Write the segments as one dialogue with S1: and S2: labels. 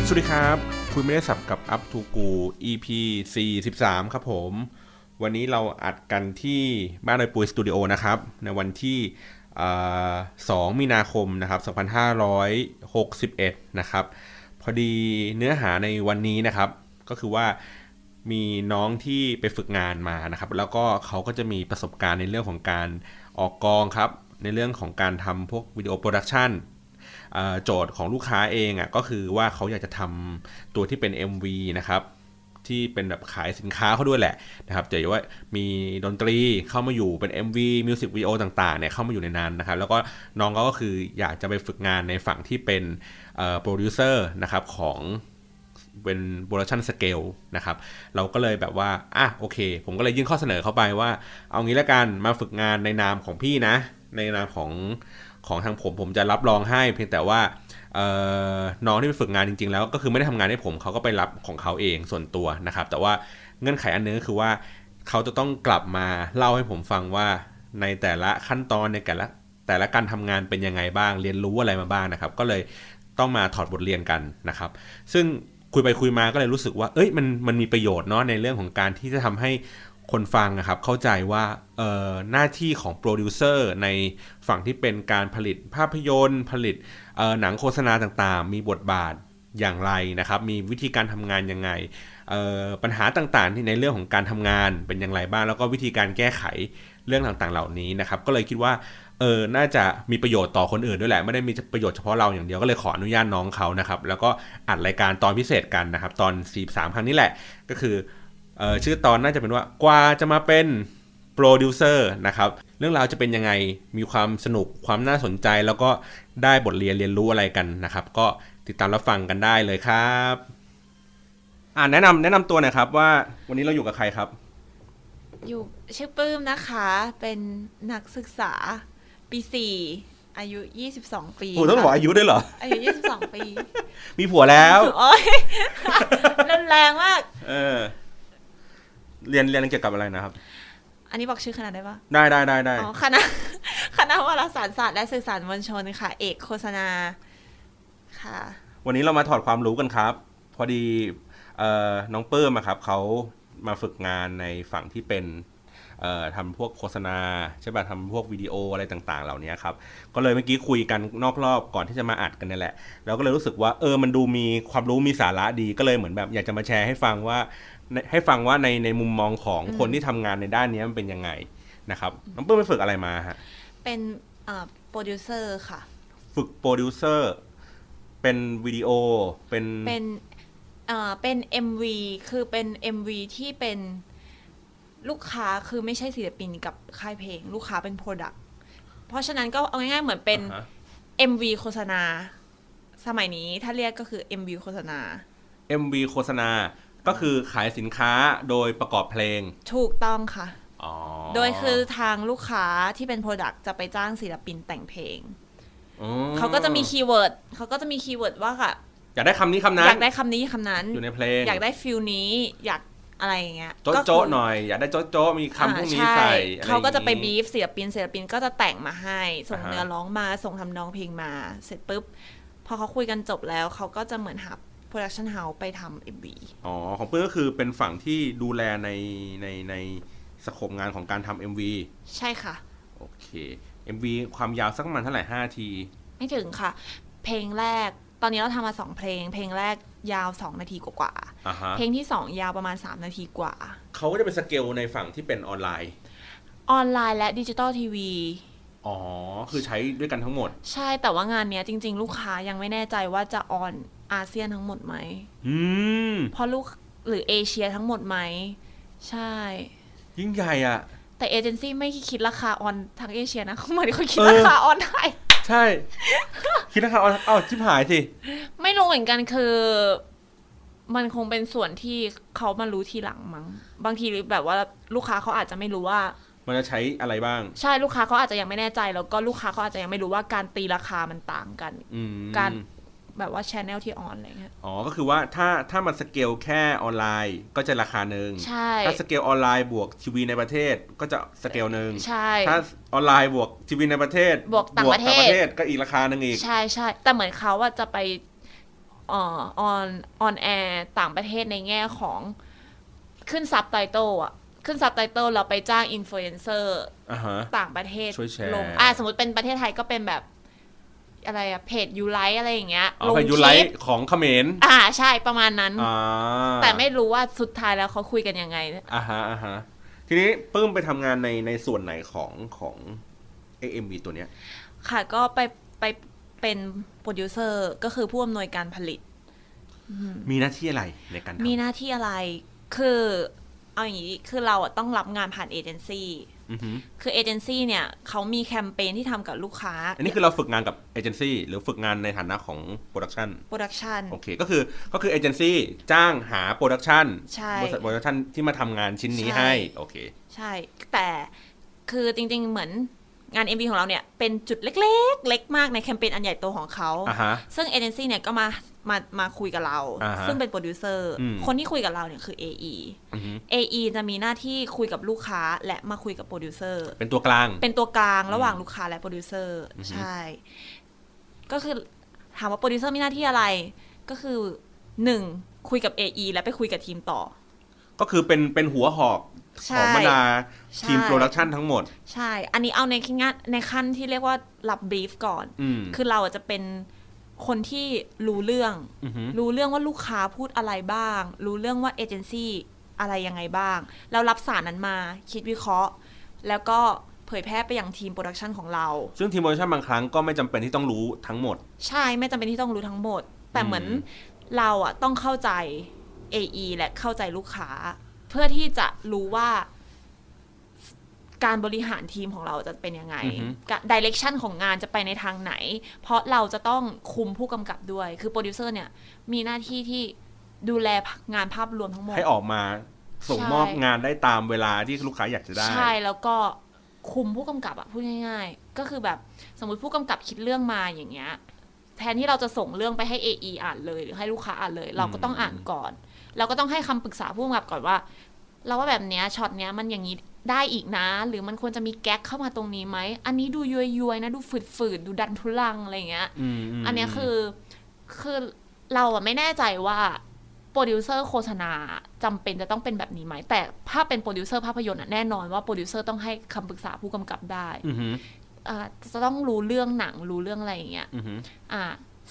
S1: วัสดีครับ คุยไม่ได้สับกับอัพทูกู EP 43 ครับผม วันนี้เราอัดกันที่บ้านโดยปุยสตูดิโอนะครับ ในวันที่อ่า2มีนาคมนะครับ 2561 นะครับ พอดีเนื้อหาในวันนี้นะครับ ก็คือว่ามีน้องที่ไปฝึกงานมานะครับ แล้วก็เขาก็จะมีประสบการณ์ในเรื่องของการออกกองครับ ในเรื่องของการทำพวกวิดีโอโปรดักชัน เอ่อโจทย์ของลูกค้าเองอ่ะก็คือว่าเขาอยากจะทำตัวที่เป็น MV นะครับ ที่เป็นแบบขายสินค้าเขาด้วยแหละนะครับจะเห็นว่ามีดนตรีเข้ามาอยู่เป็น MV มิวสิกวิดีโอต่างๆเนี่ยเข้ามาอยู่ในนั้นนะครับ แล้วก็น้องเขาก็คืออยากจะไปฝึกงานในฝั่งที่เป็นโปรดิวเซอร์นะครับของ เป็นโปรดักชันสเกลนะครับ เราก็เลยแบบว่า อ่ะโอเค ผมก็เลยยื่นข้อเสนอเข้าไปว่า เอางี้ละกันมาฝึกงานในนามของพี่นะ ในนามของของทางผมผมจะรับรองให้เพียงแต่ว่าเอ่อน้องที่ไปฝึกงานจริง ๆ แล้วก็คือไม่ได้ทำงานให้ผมเขาก็ไปรับของเขาเองส่วนตัวนะครับ แต่ว่าเงื่อนไขอันนึงก็คือว่าเขาจะต้องกลับมาเล่าให้ผมฟังว่าในแต่ละขั้นตอนในแต่ละแต่ละการทำงานเป็นยังไงบ้าง เรียนรู้อะไรมาบ้างนะครับ ก็เลยต้องมาถอดบทเรียนกันนะครับ ซึ่งคุยไปคุยมาก็เลยรู้สึกว่า เอ้ย มัน มันมีประโยชน์เนาะในเรื่องของการที่จะทำให้คนฟังนะครับ เข้าใจว่า เอ่อ หน้าที่ของโปรดิวเซอร์ในฝั่งที่เป็นการผลิตภาพยนตร์ ผลิต เอ่อ หนังโฆษณาต่างๆ มีบทบาทอย่างไรนะครับ มีวิธีการทำงานยังไง เอ่อ ปัญหาต่างๆ ที่ในเรื่องของการทำงานเป็นอย่างไรบ้าง แล้วก็วิธีการแก้ไขเรื่องต่างๆ เหล่านี้นะครับ ก็เลยคิดว่า เออ น่าจะมีประโยชน์ต่อคนอื่นด้วยแหละ ไม่ได้มีประโยชน์เฉพาะเราอย่างเดียว ก็เลยขออนุญาตน้องเขานะครับ แล้วก็อัดรายการตอนพิเศษกันนะครับ ตอน 43 ครั้งนี้แหละ ก็คือ เออชื่อตอนน่าจะเป็นว่ากว่าจะมาเป็นโปรดิวเซอร์นะครับ เรื่องราวจะเป็นยังไง มีความสนุก ความน่าสนใจ แล้วก็ได้บทเรียนเรียนรู้อะไรกันนะครับ ก็ติดตามรับฟังกันได้เลยครับ อ่าแนะนำแนะนำตัวหน่อยครับว่าวันนี้เราอยู่กับใครครับ
S2: อยู่ชื่อปลื้มนะคะ เป็นนักศึกษาปีสี่อายุ 22 ปี
S1: โอ้ต้องบอก
S2: ค่ะ
S1: อายุด้วยเหรอ
S2: อายุ 22 ปี
S1: มีผัวแล้ว
S2: โอ้ยรุนแรงมาก
S1: เออ เรียนเรียนเกี่ยวกับอะไรนะครับ
S2: อันนี้บอกชื่อคณะได้ปะ
S1: ได้ได้ได้ได้
S2: อ๋อคณะ คณะวารสารศาสตร์และสื่อสารมวลชนค่ะ เอกโฆษณาค่ะ
S1: วันนี้เรามาถอดความรู้กันครับ พอดีเอ่อน้องเปิ้มอะครับเขามาฝึกงานในฝั่งที่เป็นเอ่อทำพวกโฆษณาใช่ป่ะทำพวกวิดีโออะไรต่างๆ เหล่านี้ครับ ก็เลยเมื่อกี้คุยกันนอกรอบก่อนที่จะมาอัดกันเนี่ยแหละเราก็เลยรู้สึกว่าเออมันดูมีความรู้มีสาระดีก็เลยเหมือนแบบ อยากจะมาแชร์ให้ฟังว่าในให้ฟังว่าในในมุมมองของ
S2: อืม
S1: คนที่ทำงานในด้านนี้มันเป็นยังไงนะครับน้องเปิ้มไปฝึกอะไรมาฮะ
S2: เป็นโปรดิวเซอร์ค่ะ
S1: ฝึกโปรดิวเซอร์ เป็นวิดีโอ เป็น
S2: เป็นเอ่อเป็น MV คือเป็น MV ที่เป็นลูกค้าคือไม่ใช่ศิลปินกับค่ายเพลง ลูกค้าเป็นโปรดักต์เพราะฉะนั้นก็เอาง่ายๆเหมือนเป็น
S1: อ่าฮะ
S2: MV โฆษณา สมัยนี้ถ้าเรียกก็คือ MV โฆษณา
S1: MV โฆษณา ก็คือขายสินค้าโดยประกอบเพลง
S2: ถูกต้องค่ะ
S1: อ๋อ
S2: โดยคือทางลูกค้าที่เป็นโปรดักต์จะไปจ้างศิลปินแต่งเพลง
S1: ม
S2: เขาก็จะมีคีย์เวิร์ดเขาก็จะมีคีย์เวิร์ดว่าค่ะ
S1: อยากได้คำนี้คำนั้
S2: อน ยากได้คำนี้คำนั้น
S1: อยู่ในเพลง
S2: อยากได้ฟิลนี้อยากอะไรอย่างเงี้ย
S1: โจ๊ะ
S2: ก็คือ
S1: โจ๊ะหน่อย อยากได้โจ๊ะโจ๊ะมีคำพวกนี้ใส่อร
S2: อ่าเขาก็จะไป
S1: อย่าง
S2: บี
S1: นี้
S2: ฟศิลปินศิลปินก็จะแต่งมาให้ ส่ง
S1: อ่าฮะ
S2: เนื้อร้องมาส่งทำนองเพลงมา เสร็จปุ๊บ พอเขาคุยกันจบแล้ว เขาก็จะเหมือนหาโปรดักชันเฮาส์ไปทำเอ็มวี
S1: อ๋อ ของเพื่อนก็คือเป็นฝั่งที่ดูแลในในในสโคปงานของการทำ MV
S2: ใช่ค่ะ
S1: โอเค MV ความยาวสักประมาณเท่าไหร่5ที
S2: ไม่ถึงค่ะ เพลงแรก ตอนนี้เราทำมาสองเพลง เพลงแรกยาว 2 นาทีกว่า
S1: อ่ะฮะ
S2: ๆเพลงที่ 2 ยาวประมาณ 3 นาทีกว่า
S1: เขาก็จะเป็นสเกลในฝั่งที่เป็นออนไลน์
S2: ออนไลน์และดิจิตอลทีวี
S1: อ๋อ คือใช้ด้วยกันทั้งหมด
S2: ใช่แต่ว่างานเนี้ยจริง ๆ ลูกค้ายังไม่แน่ใจว่าจะออนอาเซียนทั้งหมดไหม
S1: อืม
S2: เพราะลูกหรือเอเชียทั้งหมดไหม ใช่
S1: ยิ่งใหญ่อ่ะ
S2: แต่เอเจนซี่ไม่คิดราคาออนทั้งเอเชียนะเขา เหมือนเขาคิด
S1: เออ
S2: ราคาออนไทย
S1: ใช่ คิดนะครับเอาเอาชิบหายสิ
S2: ไม่รู้เหมือนกันคือ มันคงเป็นส่วนที่เขามารู้ทีหลังมั้ง บางทีหรือแบบว่าลูกค้าเขาอาจจะไม่รู้ว่า
S1: มันจะใช้อะไรบ้าง
S2: ใช่ลูกค้าเขาอาจจะยังไม่แน่ใจ แล้วก็ลูกค้าเขาอาจจะยังไม่รู้ว่าการตีราคามันต่างกัน
S1: อืม
S2: การ แบบว่าชแนลที่ออนอะไรเงี้ย
S1: อ๋อ ก็คือว่าถ้าถ้ามันสเกลแค่ออนไลน์ก็จะราคาหนึ่ง
S2: ใช่
S1: ถ้าสเกลออนไลน์บวกทีวีในประเทศก็จะสเกลหนึ่ง
S2: ใช่
S1: ถ้าออนไลน์บวกทีวีในประเทศ
S2: บวกต่างประเทศ
S1: ก็อีกราคาหนึ่งอีก
S2: ใช่ใช่แต่เหมือนเขาอะจะไป เออนออนแอร์ต่างประเทศในแง่ของขึ้นซับไตเติลอะขึ้นซับไตเติลเราไปจ้างอินฟลูเอนเซอร์
S1: อ่าฮะ
S2: ต่างประเทศ
S1: ช่วยแชร์
S2: ลงอ่าสมมติเป็นประเทศไทยก็เป็นแบบอะไรอะเพจยูไลท์อะไรอย่างเงี้ย
S1: เอา
S2: ลง
S1: ไปยู
S2: ค
S1: ไล
S2: ลิป
S1: ท์ของเขมร
S2: อ่าใช่ประมาณนั้น
S1: อ่า
S2: แต่ไม่รู้ว่าสุดท้ายแล้วเขาคุยกันยังไง
S1: อ่าฮะอ่าฮะทีนี้ปื้มไปทำงานในในส่วนไหนของของเอ็มวีตัวเนี้ย
S2: ค่ะก็ไปไปเป็นโปรดิวเซอร์ก็คือผู้อำนวยการผลิต
S1: มีหน้าที่อะไรในการทำ
S2: มีหน้าที่อะไรคือเอาอย่างนี้คือเราอะต้องรับงานผ่านเอเจนซี่
S1: อือฮึ
S2: คือเอเจนซี่เนี่ยเขามีแคมเปญที่ทำกับลูกค้า
S1: อันนี้คือเราฝึกงานกับเอเจนซี่หรือฝึกงานในฐานะของโปรดักชัน
S2: โปรดักชัน
S1: โอเค ก็คือก็คือเอเจนซี่จ้างหาโปรดักชัน
S2: ใช่
S1: บริษัทโปรดักชันที่มาทำงานชิ้นนี้
S2: ใช่
S1: ให้ โอเค
S2: ใช่ แต่คือจริงๆ เหมือนงาน MV ของเราเนี่ย เป็นจุดเล็กๆ เล็กมากในแคมเปญอันใหญ่โตของเขา
S1: อ่าฮะ
S2: ซึ่งเอเจนซี่เนี่ยก็มามามาคุยกับเรา
S1: อ่าฮะ
S2: ซึ่งเป็นโปรดิวเซอร์
S1: อืม
S2: คนที่คุยกับเราเนี่ยคือ AE
S1: อือฮึ
S2: AE จะมีหน้าที่คุยกับลูกค้าและมาคุยกับโปรดิวเซอร์
S1: เป็นตัวกลาง
S2: เป็นตัวกลางระหว่างลูกค้าและโปรดิวเซอร์ ใช่ ก็คือถามว่าโปรดิวเซอร์มีหน้าที่อะไร ก็คือหนึ่งคุยกับ AE แล้วไปคุยกับทีมต่อ
S1: ก็คือเป็นเป็นหัวหอก
S2: ใช่
S1: ของบรรดา
S2: ใช่
S1: ทีมโปรดักชันทั้งหมด
S2: ใช่ อันนี้เอาในงานในขั้นที่เรียกว่ารับบรีฟก่อน
S1: อืม
S2: คือเราอาจจะเป็นคนที่รู้เรื่อง
S1: อือฮึ
S2: รู้เรื่องว่าลูกค้าพูดอะไรบ้าง รู้เรื่องว่าเอเจนซี่อะไรยังไงบ้าง เรารับสารนั้นมาคิดวิเคราะห์ แล้วก็เผยแพร่ไปยังทีมโปรดักชันของเรา
S1: ซึ่งทีมโปรดักชันบางครั้งก็ไม่จำเป็นที่ต้องรู้ทั้งหมด
S2: ใช่ไม่จำเป็นที่ต้องรู้ทั้งหมด แต่
S1: อืม
S2: เหมือนเราอะต้องเข้าใจ AE และเข้าใจลูกค้า เพื่อที่จะรู้ว่าการบริหารทีมของเราจะเป็นยังไงดิเรกชันของงานจะไปในทางไหน เพราะเราจะต้องคุมผู้กำกับด้วย คือโปรดิวเซอร์เนี่ย มีหน้าที่ที่ดูแลงานภาพรวมทั้งหมด
S1: ให้ออกมาส่ง
S2: ใช่
S1: มอบงานได้ตามเวลาที่ลูกค้าอยากจะได้
S2: ใช่แล้วก็คุมผู้กำกับอะพูดง่ายๆ ก็คือแบบสมมติผู้กำกับคิดเรื่องมาอย่างเงี้ยแทนที่เราจะส่งเรื่องไปให้ AE อ่านเลยหรือให้ลูกค้าอ่านเลย เราก็ต้องอ่านก่อน เราก็ต้องให้คำปรึกษาผู้กำกับก่อนว่า เราว่าแบบเนี้ยช็อตเนี้ยมันอย่างนี้ได้อีกนะ หรือมันควรจะมีแก๊กเข้ามาตรงนี้ไหมอันนี้ดูยวยๆนะดูฝืดๆดูดันทุลังอะไรอย่างเงี้ย
S1: อืมม
S2: อันเนี้ยคือคือเราอะไม่แน่ใจว่าโปรดิวเซอร์โฆษณาจำเป็นจะต้องเป็นแบบนี้ไหม แต่ถ้าเป็นโปรดิวเซอร์ภาพยนตร์อะแน่นอนว่าโปรดิวเซอร์ต้องให้คำปรึกษาผู้กำกับได้
S1: อือฮึ
S2: อ่าจะต้องรู้เรื่องหนังรู้เรื่องอะไรอย่างเงี้ย
S1: อือฮึ
S2: อ่า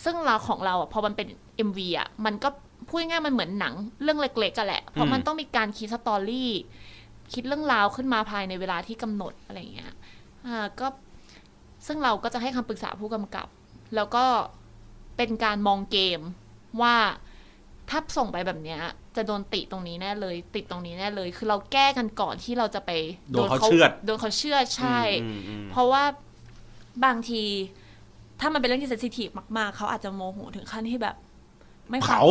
S2: ซึ่งเราของเราอะพอมันเป็น MV อะมันก็พูดง่ายๆมันเหมือนหนังเรื่องเล็กๆกันแหละ เพราะมันต้องมีการคิดสตอรี่ คิดเรื่องราวขึ้นมาภายในเวลาที่กำหนดอะไรอย่างเงี้ย อ่าก็ซึ่งเราก็จะให้คำปรึกษาผู้กำกับ แล้วก็เป็นการมองเกมว่าถ้าส่งไปแบบเนี้ย จะโดนติตรงนี้แน่เลย ติดตรงนี้แน่เลย คือเราแก้กันก่อนที่เราจะไปโดนเขาเชื่อดใช่
S1: อืมอืม
S2: เพราะว่าบางที ถ้ามันเป็นเรื่องที่เซนซิทีฟมาก ๆ เขาอาจจะโมโหถึงขั้นที่แบบ ไม่ฟั
S1: เผา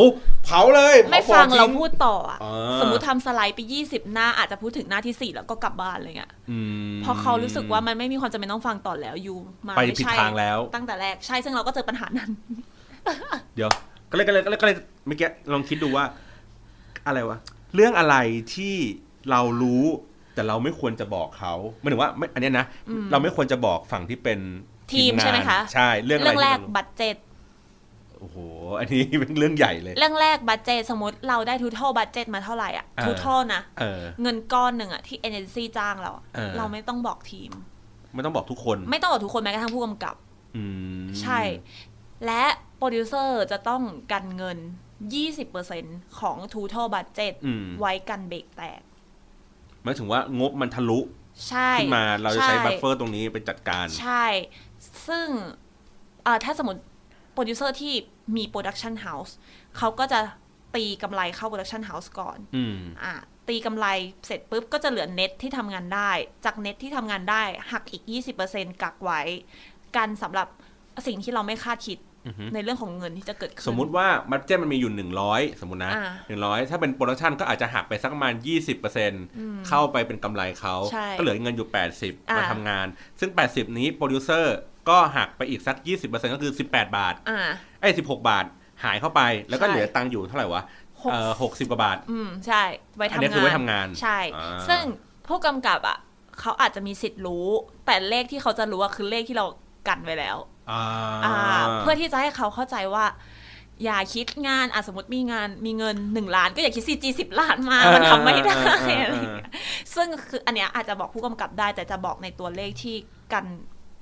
S1: เผาเลย
S2: ไม่
S1: ผ
S2: ฟัง
S1: ทิ้
S2: เราพูดต่ออะ
S1: อ่า
S2: สมมติทำสไลด์ไปยี่สิบหน้า อาจจะพูดถึงหน้าที่สี่แล้วก็กลับบ้านอะไรเงี้ย
S1: อืม
S2: เพราะเขารู้สึกว่ามันไม่มีความจำเป็นต้องฟังต่อแล้วยูมา
S1: ไป
S2: ม่ใช่
S1: ผิดทางแล้ว
S2: ตั้งแต่แรกใช่ซึ่งเราก็เจอปัญหานั้น
S1: เดี๋ยวก็เลยก็เลยก็เลยก็เลยเมื่อกี้ลองคิดดูว่า อะไรวะ เรื่องอะไรที่เรารู้แต่เราไม่ควรจะบอกเขาหมายถึงว่าไม่อันเนี้ยนะ เราไม่ควรจะบอกฝั่งที่เป็น
S2: ทีมใช่ไหมคะ
S1: งานใช่เรื่องอะไร
S2: เรื่องแรก
S1: ที่
S2: บัตเจ็ต
S1: เราโอ้โหอันนี้เป็นเรื่องใหญ่เลย
S2: เรื่องแรกบัตเจ็ตสมมติเราได้ทูทอลบัตเจ็ตมาเท่าไหร่อ่ะ
S1: อ่า
S2: ทูทอลนะ
S1: เออ
S2: เงินก้อนหนึ่งอ่ะที่เอเจนซี่จ้างเราอะ
S1: เออ
S2: เราไม่ต้องบอกทีม
S1: ไม่ต้องบอกทุกคน
S2: ไม่ต้องบอกทุกคนแม้กระทั่งผู้กำกับ
S1: อืม
S2: ใช่ และโปรดิวเซอร์จะต้องกันเงิน 20%ของทูทอลบัตเจ็ต
S1: อืม
S2: ไว้กันเบรกแตก
S1: หมายถึงว่างบมันทะลุ
S2: ใช่
S1: ขึ้นมาเราจะใช้
S2: ช่
S1: บัฟเฟอร์ตรงนี้ไปจัดการ
S2: ใช่ ซึ่งเอ่อถ้าสมมติโปรดิวเซอร์ที่มีโปรดักชันเฮาส์เขาก็จะตีกำไรเข้าโปรดักชันเฮาส์ก่อน
S1: อืม
S2: อ่ะตีกำไรเสร็จปุ๊บ ก็จะเหลือเน็ตที่ทำงานได้ จากเน็ตที่ทำงานได้ หักอีก 20%กักไว้ กันสำหรับสิ่งที่เราไม่คาดคิด
S1: อือฮึ
S2: ในเรื่องของเงินที่จะเกิดขึ้น
S1: สมมุติว่าบัตเจ็ตมันมีอยู่ 100 สมมตินะ
S2: อ่า
S1: หนึ่งร้อยถ้าเป็นโปรดักชันก็อาจจะหักไปสักประมาณ 20%เข้าไปเป็นกำไรเขา
S2: ใช่
S1: ก็เหลือเงินอยู่ 80
S2: อ่าม
S1: มาทำงาน ซึ่ง 80 นี้โปรดิวเซอร์ก็หักไปอีกสัก 20%ก็คือ 18 บาท
S2: อ่า
S1: ไอ้ย16 บาทหายเข้าไปแล้วก็
S2: ใช่
S1: เหลือตังค์อยู่เท่าไหร่วะ
S2: หก
S1: เอ่อ60กว่าบาท
S2: อืม ใช่ไว้
S1: อัน
S2: ทำ
S1: นี้
S2: งาน
S1: คือไว้ทำงาน
S2: ใช่
S1: อ่า
S2: ซึ่งผู้กำกับอ่ะเขาอาจจะมีสิทธิ์รู้ แต่เลขที่เขาจะรู้อ่ะคือเลขที่เรากันไว้แล้ว
S1: อ่า
S2: อ่าเพื่อที่จะให้เขาเข้าใจว่า อย่าคิดงานอ่ะสมมติมีงานมีเงินหนึ่งล้าน ก็อย่าคิดซีจีสิบล้านมา มันทำไม่ได้อะไรอย่างเงี้ยซึ่งคืออันเนี้ยอาจจะบอกผู้กำกับได้ แต่จะบอกในตัวเลขที่กัน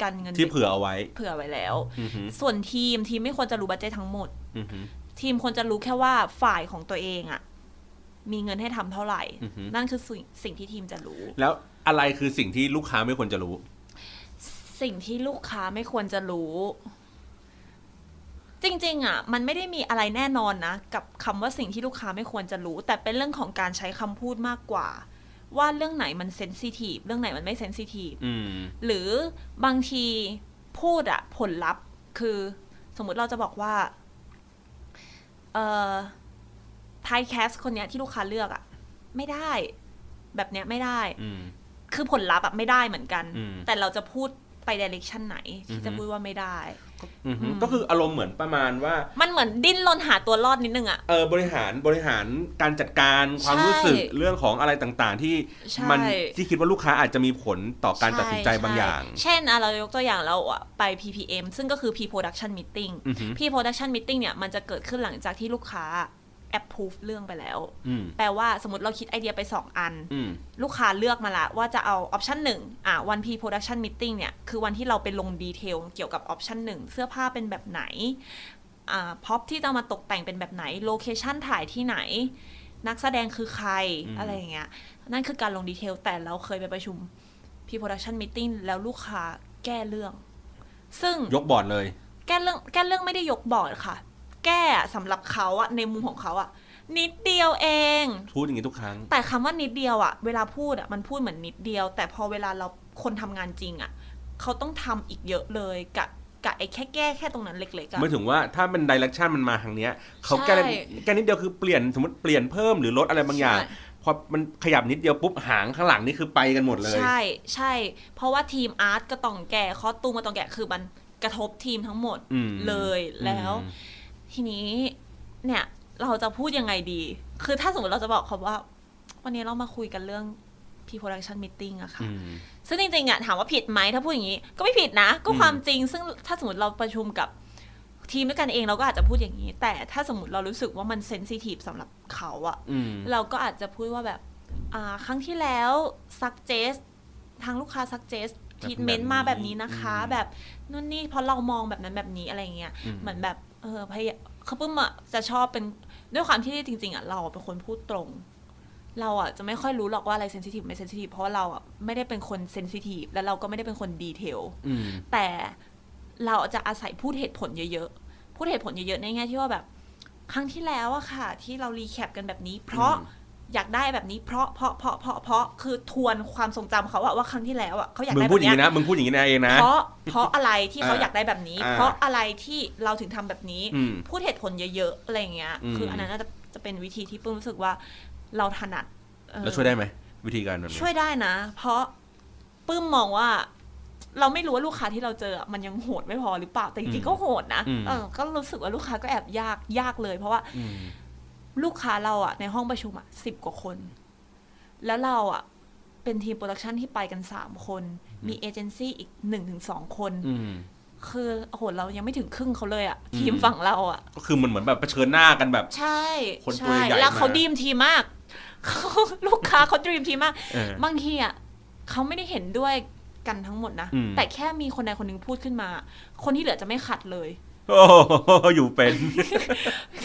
S2: กันเงิน
S1: ที่เผื่อเอาไว้
S2: เผื่อไว้แล้ว
S1: อือหือ
S2: ส่วนทีมทีมไม่ควรจะรู้บัตเจตทั้งหมด
S1: อือหือ
S2: ทีมควรจะรู้แค่ว่าฝ่ายของตัวเองอะมีเงินให้ทำเท่าไหร่
S1: อือฮึ
S2: นั่นคือสิ่งสิ่งที่ทีมจะรู้
S1: แล้วอะไรคือสิ่งที่ลูกค้าไม่ควรจะรู้
S2: สิ่งที่ลูกค้าไม่ควรจะรู้ จริง ๆ อ่ะ มันไม่ได้มีอะไรแน่นอนนะ กับคำว่าสิ่งที่ลูกค้าไม่ควรจะรู้ แต่เป็นเรื่องของการใช้คำพูดมากกว่า ว่าเรื่องไหนมันเซนซิทีฟเรื่องไหนมันไม่เซนซิทีฟ
S1: อืม
S2: หรือบางทีพูดอะผลลัพธ์คือสมมุติเราจะบอกว่า เอ่อไทยแคสคนเนี้ยที่ลูกค้าเลือกอะไม่ได้ แบบเนี้ยไม่ได้
S1: อืม
S2: คือผลลัพธ์อะไม่ได้เหมือนกัน
S1: อืม
S2: แต่เราจะพูดไปดิเรกชันไหน ที่จะ
S1: อือฮึ
S2: พูดว่าไม่ได้
S1: อือหือ
S2: อืม
S1: ก็คืออารมณ์เหมือนประมาณว่า
S2: มันเหมือนดิ้นรนหาตัวรอดนิดนึงอะ
S1: เออบริหารบริหารการจัดการความรู้สึก
S2: ใช่
S1: เรื่องของอะไรต่างๆ ที่
S2: ใช่
S1: มันที่คิดว่าลูกค้าอาจจะมีผลต่อการตัดสินใจบางอย่าง
S2: ใช่เช่นอ่ะเรายกตัวอย่างเราอะไป PPM ซึ่งก็คือ Pre-Production Meeting
S1: อือหือ
S2: Pre-Production Meeting เนี่ยมันจะเกิดขึ้นหลังจากที่ลูกค้า approve เรื่องไปแล้ว
S1: อืม
S2: แปลว่าสมมติเราคิดไอเดียไป 2 อัน
S1: อืม
S2: ลูกค้าเลือกมาละว่าจะเอาออปชันหนึ่งอ่ะวัน P production meeting เนี่ย คือวันที่เราไปลงดีเทลเกี่ยวกับออปชันหนึ่งเสื้อผ้าเป็นแบบไหนอ่าพ็อปที่จะเอามาตกแต่งเป็นแบบไหนโลเคชันถ่ายที่ไหน นักแสดงคือใครอะไรอย่างเงี้ยนั่นคือการลงดีเทล แต่เราเคยไปประชุม P production meeting แล้วลูกค้าแก้เรื่อง ซึ่ง
S1: ยกบอร์ดเลย
S2: แก้เรื่องแก้เรื่องไม่ได้ยกบอร์ดค่ะ แก้สำหรับเขาอะในมุมของเขาอะนิดเดียวเอง
S1: พูดอย่างนี้ทุกครั้ง
S2: แต่คำว่านิดเดียวอะเวลาพูดอะมันพูดเหมือนนิดเดียว แต่พอเวลาเราคนทำงานจริงอะเขาต้องทำอีกเยอะเลยกะกะไอ้แค่แก้แค่ตรงนั้นเล็กๆอะ
S1: ไม่ถึงว่าถ้าเป็นดิเรกชันมันมาทางเนี้ยเขา
S2: ใช่
S1: แก้ได้แก้นิดเดียวคือเปลี่ยนสมมติเปลี่ยนเพิ่มหรือลดอะไรบางอย่าง
S2: ใช่
S1: พอมันขยับนิดเดียวปุ๊บหางข้างหลังนี่คือไปกันหมดเลย
S2: ใช่ใช่ เพราะว่าทีมอาร์ตก็ต้องแก่คอสตูมก็ต้องแก่คือมันกระทบทีมทั้งหมด
S1: อืม
S2: เลยแล้ว
S1: อืม
S2: ทีนี้เนี่ยเราจะพูดยังไงดี คือถ้าสมมติเราจะบอกเขาว่า วันนี้เรามาคุยกันเรื่อง pre-production meeting อะค่ะ
S1: อืม
S2: ซึ่งจริงๆอะถามว่าผิดไหมถ้าพูดอย่างนี้ ก็ไม่ผิดนะ ก็
S1: อืม
S2: ความจริง ซึ่งถ้าสมมติเราประชุมกับทีมด้วยกันเองเราก็อาจจะพูดอย่างนี้ แต่ถ้าสมมติเรารู้สึกว่ามันเซนซิทีฟสำหรับเขาอะ
S1: อืม
S2: เราก็อาจจะพูดว่าแบบ อ่า ครั้งที่แล้ว suggest ทางลูกค้า suggest treatment มาแบบนี้นะคะ แบบนู่นนี่เพราะเรามองแบบนั้นแบบนี้อะไรอย่างเงี้ย
S1: อืม
S2: เหมือนแบบเออพยายเขาเพิ่มอะจะชอบเป็นด้วยความที่จริง ๆอะเราเป็นคนพูดตรง เราอะจะไม่ค่อยรู้หรอกว่าอะไรเซนซิทีฟไม่เซนซิทีฟเพราะว่าเราอะไม่ได้เป็นคนเซนซิทีฟและเราก็ไม่ได้เป็นคนดีเทล
S1: อืม
S2: แต่เราจะอาศัยพูดเหตุผลเยอะๆ พูดเหตุผลเยอะๆในแง่ที่ว่าแบบ ครั้งที่แล้วอะค่ะ ที่เรารีแคปกันแบบนี้ เพราะอยากได้แบบนี้เพราะเพราะเพราะเพราะเพราะคือทวนความทรงจำเขาอะว่าครั้งที่แล้วอะเขาอยาก
S1: มึง
S2: ได้แบ
S1: พูดอ
S2: บ
S1: ย่าง
S2: เนี้ย
S1: นี้นะมึงพูดอย่างนี้นะเองนะ
S2: เพราะเพราะอะไรที่เขา
S1: อ่า
S2: อยากได้แบบนี้
S1: อ่า
S2: เพราะอะไรที่เราถึงทำแบบนี้
S1: อืม
S2: พูดเหตุผลเยอะๆอะไรอย่างเงี้ย
S1: อืม
S2: คืออันนั้นน่าจะจะเป็นวิธีที่ปุ้มรู้สึกว่าเราถนัดเออ
S1: แล้วช่วยได้ไหมวิธีการแบบนี้
S2: ช่วยได้นะ เพราะปื้มมองว่า เราไม่รู้ว่าลูกค้าที่เราเจอ มันยังโหดไม่พอหรือเปล่าแต่จริงๆก็โหดนะเออก็รู้สึกว่าลูกค้าก็แอบยากยากเลย เพราะว่า
S1: อืม
S2: ลูกค้าเราอะในห้องประชุมอะสิบกว่าคน แล้วเราอะเป็นทีมโปรดักชันที่ไปกันสามคน มีเอเจนซี่อีกหนึ่งถึงสองคน
S1: อืม
S2: คือโอ้โหเรายังไม่ถึงครึ่งเขาเลยอะ
S1: อืม
S2: ทีมฝั่งเราอะ
S1: ก็คือมันเหมือนแบบเผชิญหน้ากันแบบ
S2: ใช่
S1: คนตัว
S2: ใช่
S1: ใหญ่
S2: แล้ว
S1: มา
S2: เขาดีมทีมมาก เขาลูกค้าเขาดีมทีมมาก
S1: เออ
S2: บางทีอะเขาไม่ได้เห็นด้วยกันทั้งหมดนะ
S1: อืม
S2: แต่แค่มีคนใดคนหนึ่งพูดขึ้นมา คนที่เหลือจะไม่ขัดเลย
S1: โอ้โหอยู่เป็น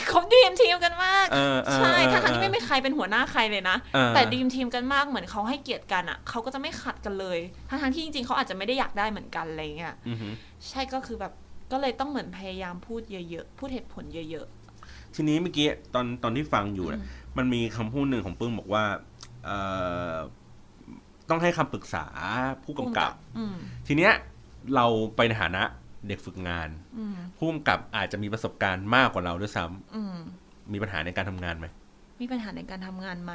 S2: เขาดีมทีมกันมาก
S1: เออเออ
S2: ใช่
S1: เออ
S2: ทั้งๆที่ไม่มีใครเป็นหัวหน้าใครเลยนะ
S1: เออ
S2: แต่ดีมทีมกันมากเหมือนเขาให้เกียรติกันอะเขาก็จะไม่ขัดกันเลย ทั้งทที่จริงๆเขาอาจจะไม่ได้อยากได้เหมือนกันอะไรเงี้ย
S1: อือหือ
S2: ใช่ก็คือแบบ ก็เลยต้องเหมือนพยายามพูดเยอะๆ พูดเหตุผลเยอะ
S1: ทีนี้เมื่อกี้ตอนตอนที่ฟังอยู่เนี่ยมันมีคำพูดหนึ่งของปึ้งบอกว่าเอ่อต้องให้คำปรึกษาผู้กำกับ
S2: ๆ อืม
S1: ทีเนี้ยเราไปในฐานะเด็กฝึกงาน
S2: อืม
S1: ผู้กำกับอาจจะมีประสบการณ์มากกว่าเราด้วยซ้ำ
S2: อืม
S1: มีปัญหาในการทำงานไหม
S2: มีปัญหาในการทำงานไหม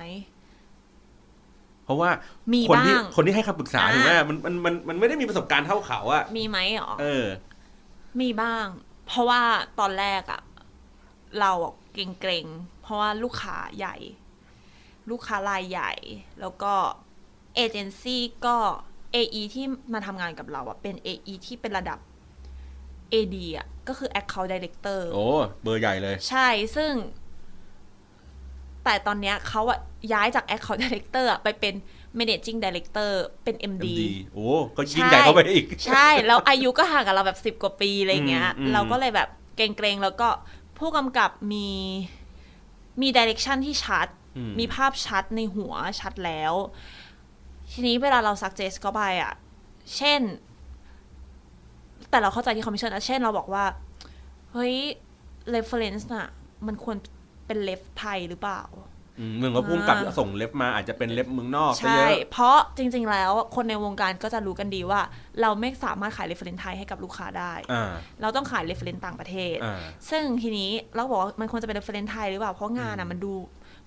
S1: เพราะว่า
S2: มี
S1: คน
S2: บ้า
S1: ที่
S2: ง
S1: คนที่ให้คำปรึกษา
S2: อ่า
S1: ถูกไหมมันมันมันมันไม่ได้มีประสบการณ์เท่าเขาอะ
S2: มีไหมอ๋อ
S1: เออ
S2: มีบ้าง เพราะว่าตอนแรกอะเราอะเกรงๆ เพราะว่าลูกค้าใหญ่ ลูกค้ารายใหญ่ แล้วก็เอเจนซี่ก็ AE ที่มาทำงานกับเราอะเป็น AE ที่เป็นระดับ AD อะ ก็คือ Account Director
S1: โอ้เบอร์ใหญ่เลย
S2: ใช่ ซึ่ง แต่ตอนเนี้ยเขาอะย้ายจาก Account Director อะไปเป็น Managing Director เป็น MD,
S1: MD โอ้ก็ยิ่งใหญ่เข้าไปอีก
S2: ใช่ แล้วอายุก็ห่างกับเราแบบสิบ10 กว่าปีอะไรเงี้ย
S1: อืมอืม
S2: เราก็เลยแบบเกรงๆ แล้วก็ผู้กำกับมีมีดิเรกชันที่ชัด
S1: อื
S2: มีภาพชัดในหัวชัดแล้ว ทีนี้เวลาเราซักเจสก็ไปอ่ะ เช่น แต่เราเข้าใจที่คอมมิชชั่นนะเช่นเราบอกว่า เฮ้ย reference น่ะ มันควรเป็นเลฟไทยหรือเปล่า
S1: อืมเหมือนกับพุ่มกับส่งเล็บมาอาจจะเป็นเล็บเมืองนอกซะเยอ
S2: ใช่
S1: ะ
S2: เพราะจริงๆ แล้วคนในวงการก็จะรู้กันดีว่า เราไม่สามารถขาย reference ไทยให้กับลูกค้าได้
S1: อ่า
S2: เราต้องขาย reference ต่างประเทศ
S1: อ่า
S2: ซึ่งทีนี้เราบอกว่ามันควรจะเป็น reference ไทยหรือเปล่า เพราะงาน
S1: อื
S2: อ่ะ
S1: ม
S2: มันดู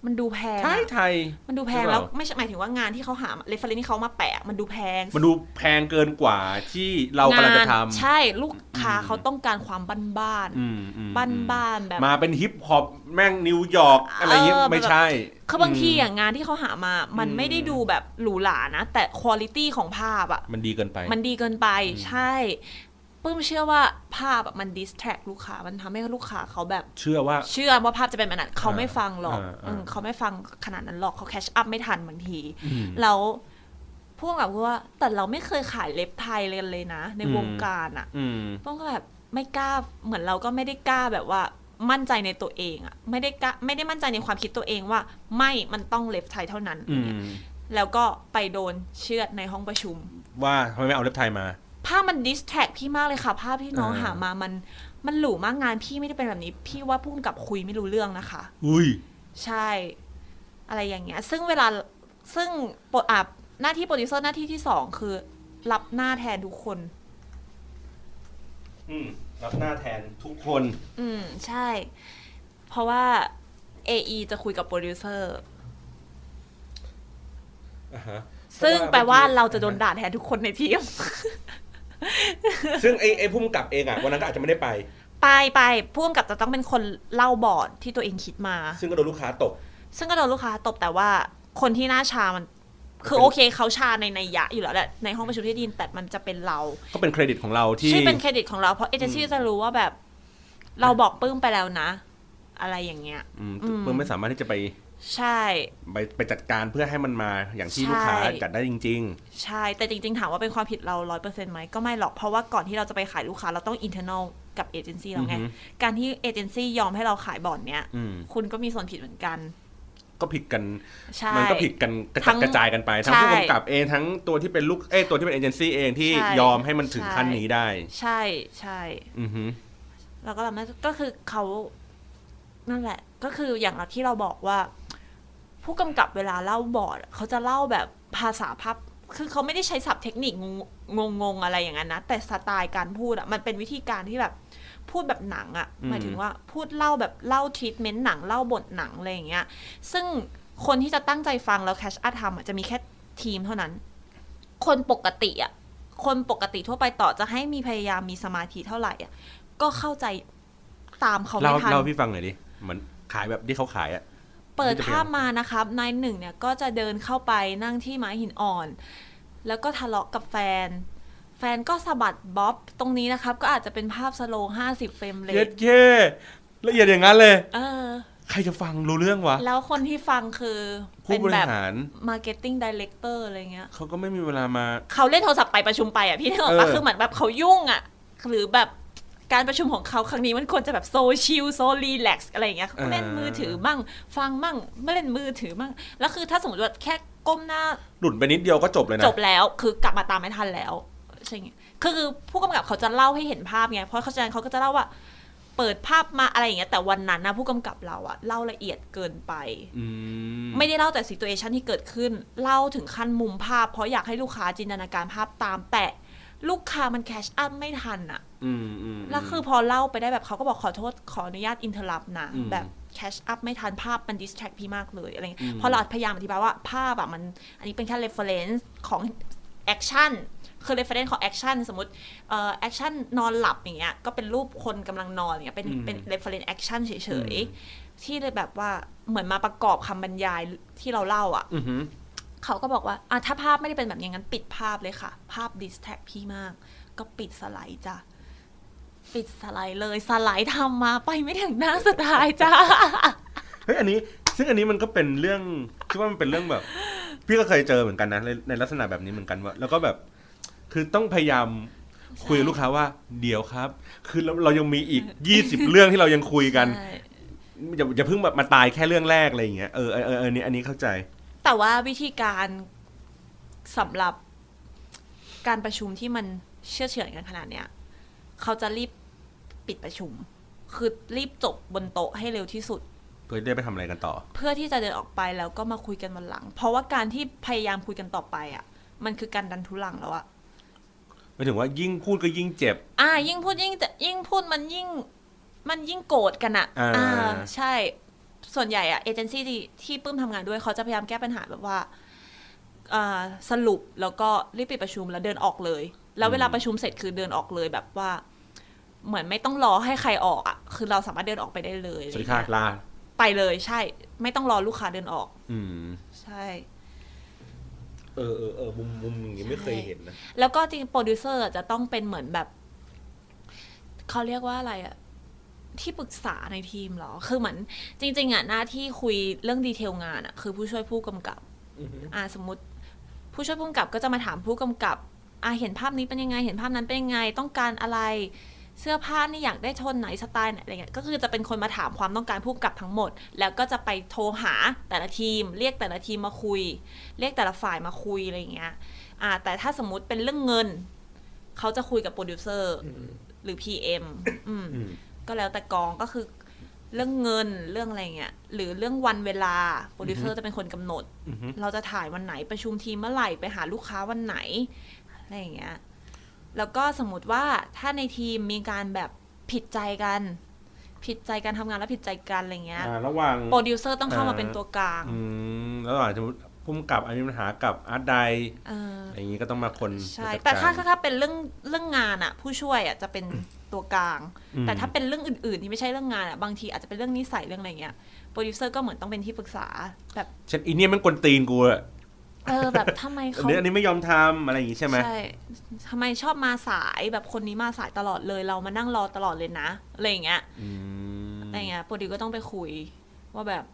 S2: มันดูแพง
S1: ใช่
S2: อะ
S1: ไทย
S2: มันดูแพง
S1: หรือเป
S2: แล้
S1: ล่า
S2: วไม่ใช่หมายถึงว่างานที่เขาหาเรฟเฟรนที่เขามาแปะ มันดูแพง
S1: มันดูแพงเกินกว่าที่เรากำลังจะทำ
S2: ใช่ลูกค้า
S1: อืม
S2: เขาต้องการความบ้าน
S1: อืมอืม
S2: ๆบ้านๆแบบ
S1: มาเป็นฮิปฮอปแม่งนิวยอร์กอะไรเงี้ย
S2: เออ
S1: ไม่ใช่
S2: คือบางทีอ่ะงานที่เขาหามา มัน
S1: อืม
S2: ไม่ได้ดูแบบหรูหรานะ แต่คุณลิตี้ของภาพอ่ะ
S1: มันดีเกินไป
S2: มันดีเกินไป
S1: อืม
S2: ใช่ปื้มเชื่อว่าภาพอะมันดิสแทรกลูกค้ามันทำให้ลูกค้าเขาแบบ
S1: เชื่อว่า
S2: เชื่อว่าภาพจะเป็นแบบนั้นเขาไม่ฟังหรอก
S1: อ่าอ่า
S2: อืมเขาไม่ฟังขนาดนั้นหรอกเขาแคชอัพไม่ทันบางที
S1: อืม
S2: แล้วพูดกับพูดว่าแต่เราไม่เคยขายเล็บไทยเลยเลยนะ ใน
S1: อืม
S2: วงการอะ
S1: อืม
S2: ต้องก็แบบไม่กล้าเหมือนเราก็ไม่ได้กล้าแบบว่ามั่นใจในตัวเองอะไม่ได้กล้าไม่ได้มั่นใจในความคิดตัวเองว่า ไม่มันต้องเล็บไทยเท่านั้น
S1: อืม
S2: แล้วก็ไปโดนเชือดในห้องประชุม
S1: ว่าทำไมไม่เอาเล็บไทยมา
S2: ภาพมันดิสแทรกพี่มากเลยค่ะ ภาพที่น้อง
S1: อ่า
S2: หามามันมันหลูมากงานพี่ไม่ได้เป็นแบบนี้ พี่ว่าพุ่มกับคุยไม่รู้เรื่องนะคะ
S1: อุ้ย
S2: ใช่ อะไรอย่างเงี้ย ซึ่งเวลาซึ่งโปรอับหน้าที่โปรดิวเซอร์หน้าที่ที่สองคือ รับหน้าแทนทุกคน
S1: อืม รับหน้าแทนทุกคน
S2: อืม ใช่ เพราะว่า AE จะคุยกับโปรดิวเซอร์
S1: อ่าฮะ
S2: ซึ่งแปลว่าเราจะโดน
S1: อ่ฮ
S2: ด่าแทนทุกคนในทีม
S1: ซึ่งไอ้ไอ้พุ่มกับเองอ่ะวันนั้นก็อาจจะไม่ได้ไป
S2: ไปไปพ่วงกับจะต้องเป็นคนเล่าบอร์ดที่ตัวเองคิดมา
S1: ซึ่งก็โดนลูกค้าตก
S2: ซึ่งก็โดนลูกค้าตบแต่ว่าคนที่หน้าชามัน คือ
S1: เป็น
S2: โอเคเขาชาในในยยะอยู่แล้วแหละในห้องประชุมที่ไดยินแต่มันจะเป็นเรา
S1: ก็เป็นเครดิตของเราที่
S2: ช่วยเป็นเครดิตของเราเพราะเอเจนซี่จะรู้ว่าแบบ เราบอกปลื้มไปแล้วนะ อะไรอย่างเงี้ย
S1: อืม
S2: อืม
S1: เพื่อไม่สามารถที่จะไป
S2: ใช่
S1: ไปไปจัดการเพื่อให้มันมาอย่างที่
S2: ใช่
S1: ลูกค้าจัดได้จริง
S2: ใช่ แต่จริงๆ ถามว่าเป็นความผิดเราร้อยเปอร์เซ็นต์ไหมก็ไม่หรอกเพราะว่าก่อนที่เราจะไปขายลูกค้าเราต้องอินเทอร์นอลกับเอเจนซี่เราไง
S1: อือฮึ
S2: การที่เอเจนซี่ยอมให้เราขายบ่อนเนี้ย
S1: ๆ อืม
S2: คุณก็มีส่วนผิดเหมือนกัน
S1: ก็ผิดกัน
S2: ใช่
S1: มันก็ผิดกันกระจั
S2: ทั้
S1: ด
S2: ง
S1: กระจายกันไป ทั้ง
S2: ใช่
S1: ผู้กำกับเองทั้งตัวที่เป็นลูกเอ้ยตัวที่เป็นเอเจนซี่เองที่
S2: ใช่
S1: ยอมให้มันถึง
S2: ใช่
S1: ขั้นนี้ได้
S2: ใช่ใช่
S1: อือฮึ
S2: แล้วก็แบบนั้นก็คือเขานั่นแหละ ก็คืออย่างที่เราบอกว่า ผู้กำกับเวลาเล่าบอร์ดเขาจะเล่าแบบภาษาภาพคือเขาไม่ได้ใช้ศัพท์เทคนิคงงงงๆอะไรอย่างนั้นนะ แต่สไตล์การพูดอะมันเป็นวิธีการที่แบบพูดแบบหนังอะหมายถึงว่าพูดเล่าแบบเล่าทรีทเมนต์หนังเล่าบทหนังอะไรอย่างเงี้ย ซึ่งคนที่จะตั้งใจฟังแล้วแคชอาทำอะจะมีแค่ทีมเท่านั้น คนปกติอะคนปกติทั่วไปต่อจะให้มีพยายามมีสมาธิเท่าไหร่อะก็เข้าใจตามเขา
S1: เล่า
S2: ไม่ทัน
S1: เล่าให้พี่ฟังหน่อยดิเหมือนขายแบบที่เขาขายอ่ะ
S2: เปิด
S1: มันจะเป็น
S2: ภาพมานะครับนายหนึ่งเนี่ยก็จะเดินเข้าไปนั่งที่ไม้หินอ่อน แล้วก็ทะเลาะกับแฟน แฟนก็สะบัดบ๊อบตรงนี้นะครับ ก็อาจจะเป็นภาพสโลว์50 เฟรมเล
S1: เย็
S2: ท
S1: ดเย่ละเอียดอย่างนั้นเลย
S2: เออ
S1: ใครจะฟังรู้เรื่องวะ
S2: แล้วคนที่ฟังคือ
S1: ผู้
S2: เป็น
S1: บริ
S2: แบบ
S1: หาร
S2: Marketing Director อะไรเงี้ย
S1: เขาก็ไม่มีเวลามา
S2: เขาเล่นโทรศัพท์ไปประชุมไปอ่ะพี่นึกออกปะ
S1: เออ
S2: คือเหมือนแบบเขายุ่งอ่ะ หรือแบบการประชุมของเขาครั้งนี้มันควรจะแบบโซชิลโซรีแลกซ์อะไรอย่างเงี้ยเขาเล่นมือถือบ้างฟังบ้างไม่เล่นมือถือบ้างแล้วคือถ้าสมมติว่าแค่ก้มหน้า
S1: หลุดไปนิดเดียวก็จบเลยนะ
S2: จบแล้วคือกลับมาตามไม่ทันแล้วใช่ไงคือคือผู้กำกับเขาจะเล่าให้เห็นภาพไงเพราะเขาจะนั้นเขาก็จะเล่าว่า เปิดภาพมาอะไรอย่างเงี้ยแต่วันนั้นนะผู้กำกับเราอะเล่าละเอียดเกินไป
S1: อืม
S2: ไม่ได้เล่าแต่ซี t u เอชันที่เกิดขึ้น เล่าถึงขั้นมุมภาพ เพราะอยากให้ลูกค้าจินตนาการภาพตาม แต่ลูกค้ามันแคชอัพไม่ทันอะ
S1: อืมมม
S2: แล้วคือพอเล่าไปได้แบบเขาก็บอกขอโทษขออนุญาตอินเทอร์ลับนะ
S1: อืม
S2: แบบแคชอัพไม่ทันภาพมันดิสแทรกพี่มากเลยอะไรเงี้ย
S1: อืม
S2: พอเราพยายามอธิบายว่าภาพอะมัน อันนี้เป็นแค่ reference ของ action คือ reference ของ action สมมติเอ่อ action นอนหลับอย่างเงี้ยก็เป็นรูปคนกำลังนอนอย่างเงี้ยเป็น
S1: อืม
S2: เป็น reference action เฉ
S1: อื
S2: ย
S1: ม
S2: ๆ ที่เลยแบบว่าเหมือนมาประกอบคำบรรยายที่เราเล่าอะ่ะ
S1: อือฮึ
S2: เขาก็บอกว่าอ่ะถ้าภาพไม่ได้เป็นแบบนี้งั้นปิดภาพเลยค่ะ ภาพ distract พี่มาก ก็ปิดสไลด์จ้ะ ปิดสไลด์เลยสไลด์ทำมาไปไม่ถึงหน้าสุดท้ายจ้า
S1: เฮ้ยอันนี้ซึ่งอันนี้มันก็เป็นเรื่องคิดว่ามันเป็นเรื่องแบบ พี่ก็เคยเจอเหมือนกันนะในในลักษณะแบบนี้เหมือนกันว่า แล้วก็แบบ คือต้องพยายามคุยกับลูกค้าว่า เดี๋ยวครับ คือเราเรายังมีอีก 20 เรื่องที่เรายังคุยกัน
S2: ใช่
S1: อย่าอย่าเพิ่งแบบมาตายแค่เรื่องแรกอะไรอย่างเงี้ยเออเออเออเอออนนี้อันนี้เข้าใจ
S2: แต่ว่าวิธีการสำหรับการประชุมที่มันเชื่อเฉือนกันขนาดเนี้ยเขาจะรีบปิดประชุม คือรีบจบบนโต๊ะให้เร็วที่สุด
S1: เพื่อได้ไปทำอะไรกันต่อ
S2: เพื่อที่จะเดินออกไปแล้วก็มาคุยกันวันหลัง เพราะว่าการที่พยายามคุยกันต่อไปอ่ะ มันคือการดันทุลังแล้วอ่ะ
S1: หมายถึงว่ายิ่งพูดก็ยิ่งเจ็บ
S2: อ่า ยิ่งพูดยิ่งจะยิ่งพูดมันยิ่งมันยิ่งโกรธกันอ่ะ
S1: อ่า
S2: ใช่ ส่วนใหญ่อ่ะเอเจนซี่ที่ที่ปื้มทำงานด้วยเขาจะพยายามแก้ปัญหาแบบว่าอ่าสรุปแล้วก็รีบปิดประชุมแล้วเดินออกเลย แล้วเวลาประชุมเสร็จคือเดินออกเลยแบบว่า เหมือนไม่ต้องรอให้ใครออกอ่ะคือเราสามารถเดินออกไปได้เลย
S1: สวัสดีค่ะลา
S2: ไปเลยใช่ ไม่ต้องรอลูกค้าเดินออก
S1: อืม
S2: ใช่
S1: เออเออเออมุมมุมอย่างงี้ไม่เคยเห็นนะ
S2: แล้วก็จริงโปรดิวเซอร์จะต้องเป็นเหมือนแบบ เขาเรียกว่าอะไรอะที่ปรึกษาในทีมเหรอ คือเหมือนจริง ๆอะหน้าที่คุยเรื่องดีเทลงานอะคือผู้ช่วยผู้กำกับ อ่าสมมติ ผู้ช่วยผู้กำกับก็จะมาถามผู้กำกับอ่าเห็นภาพนี้เป็นยังไง เห็นภาพนั้นเป็นยังไง ต้องการอะไร เสื้อผ้านี่อยากได้โทนไหนสไตล์ไหนอะไรเงี้ยก็คือจะเป็นคนมาถามความต้องการผู้กำกับทั้งหมด แล้วก็จะไปโทรหาแต่ละทีม เรียกแต่ละทีมมาคุย เรียกแต่ละฝ่ายมาคุยอะไรเงี้ยอ่าแต่ถ้าสมมติเป็นเรื่องเงิน เขาจะคุยกับโปรดิวเซอร์หรือ PM อืม
S1: อืม
S2: ก็แล้วแต่กองก็คือเรื่องเงินเรื่องอะไรเงี้ยหรือเรื่องวันเวลาโปรดิวเซอ
S1: อือฮึ
S2: ร์จะเป็นคนกำหนด
S1: อือฮึ
S2: เราจะถ่ายวันไหนประชุมทีมเมื่อไหร่ไปหาลูกค้าวันไหนอะไรอย่างเงี้ย แล้วก็สมมติว่าถ้าในทีมมีการแบบผิดใจกัน ผิดใจกันทำงานแล้วผิดใจกันอะไรเงี้ย
S1: อ่าระหว่าง
S2: โปรดิวเซอร์ต้องเข้ามา
S1: อ่า
S2: เป็นตัวกลาง
S1: อืมแล้วอาจจะพุ่มกับอันมีปัญหากับอาร์ตได
S2: เออ
S1: อะไรอย่างงี้ก็ต้องมาคน
S2: ใช่
S1: จัดกร
S2: แต่ถ้าถ้าเป็นเรื่องเรื่องงานอะผู้ช่วยอะจะเป็นตัวกลาง
S1: อืม
S2: แต่ถ้าเป็นเรื่องอื่น ๆ ที่ไม่ใช่เรื่องงานอะบางทีอาจจะเป็นเรื่องนิสัยเรื่องอะไรเงี้ยโปรดิวเซอร์ก็เหมือนต้องเป็นที่ปรึกษาแบบ
S1: เช่นอีเนี่ยมันกวนตีนกูอะ
S2: เออแบบทำไม
S1: อัน
S2: เขา
S1: นี้อันนี้ไม่ยอมทำอะไรอย่างงี้ใช่ไหม
S2: ใช่ ทำไมชอบมาสายแบบคนนี้มาสายตลอดเลย เรามานั่งรอตลอดเลยนะ อะไรอย่างเงี้ย
S1: อืม
S2: อะไรอย่างเงี้ยโปรดิวก็ต้องไปคุย ว่าแบบ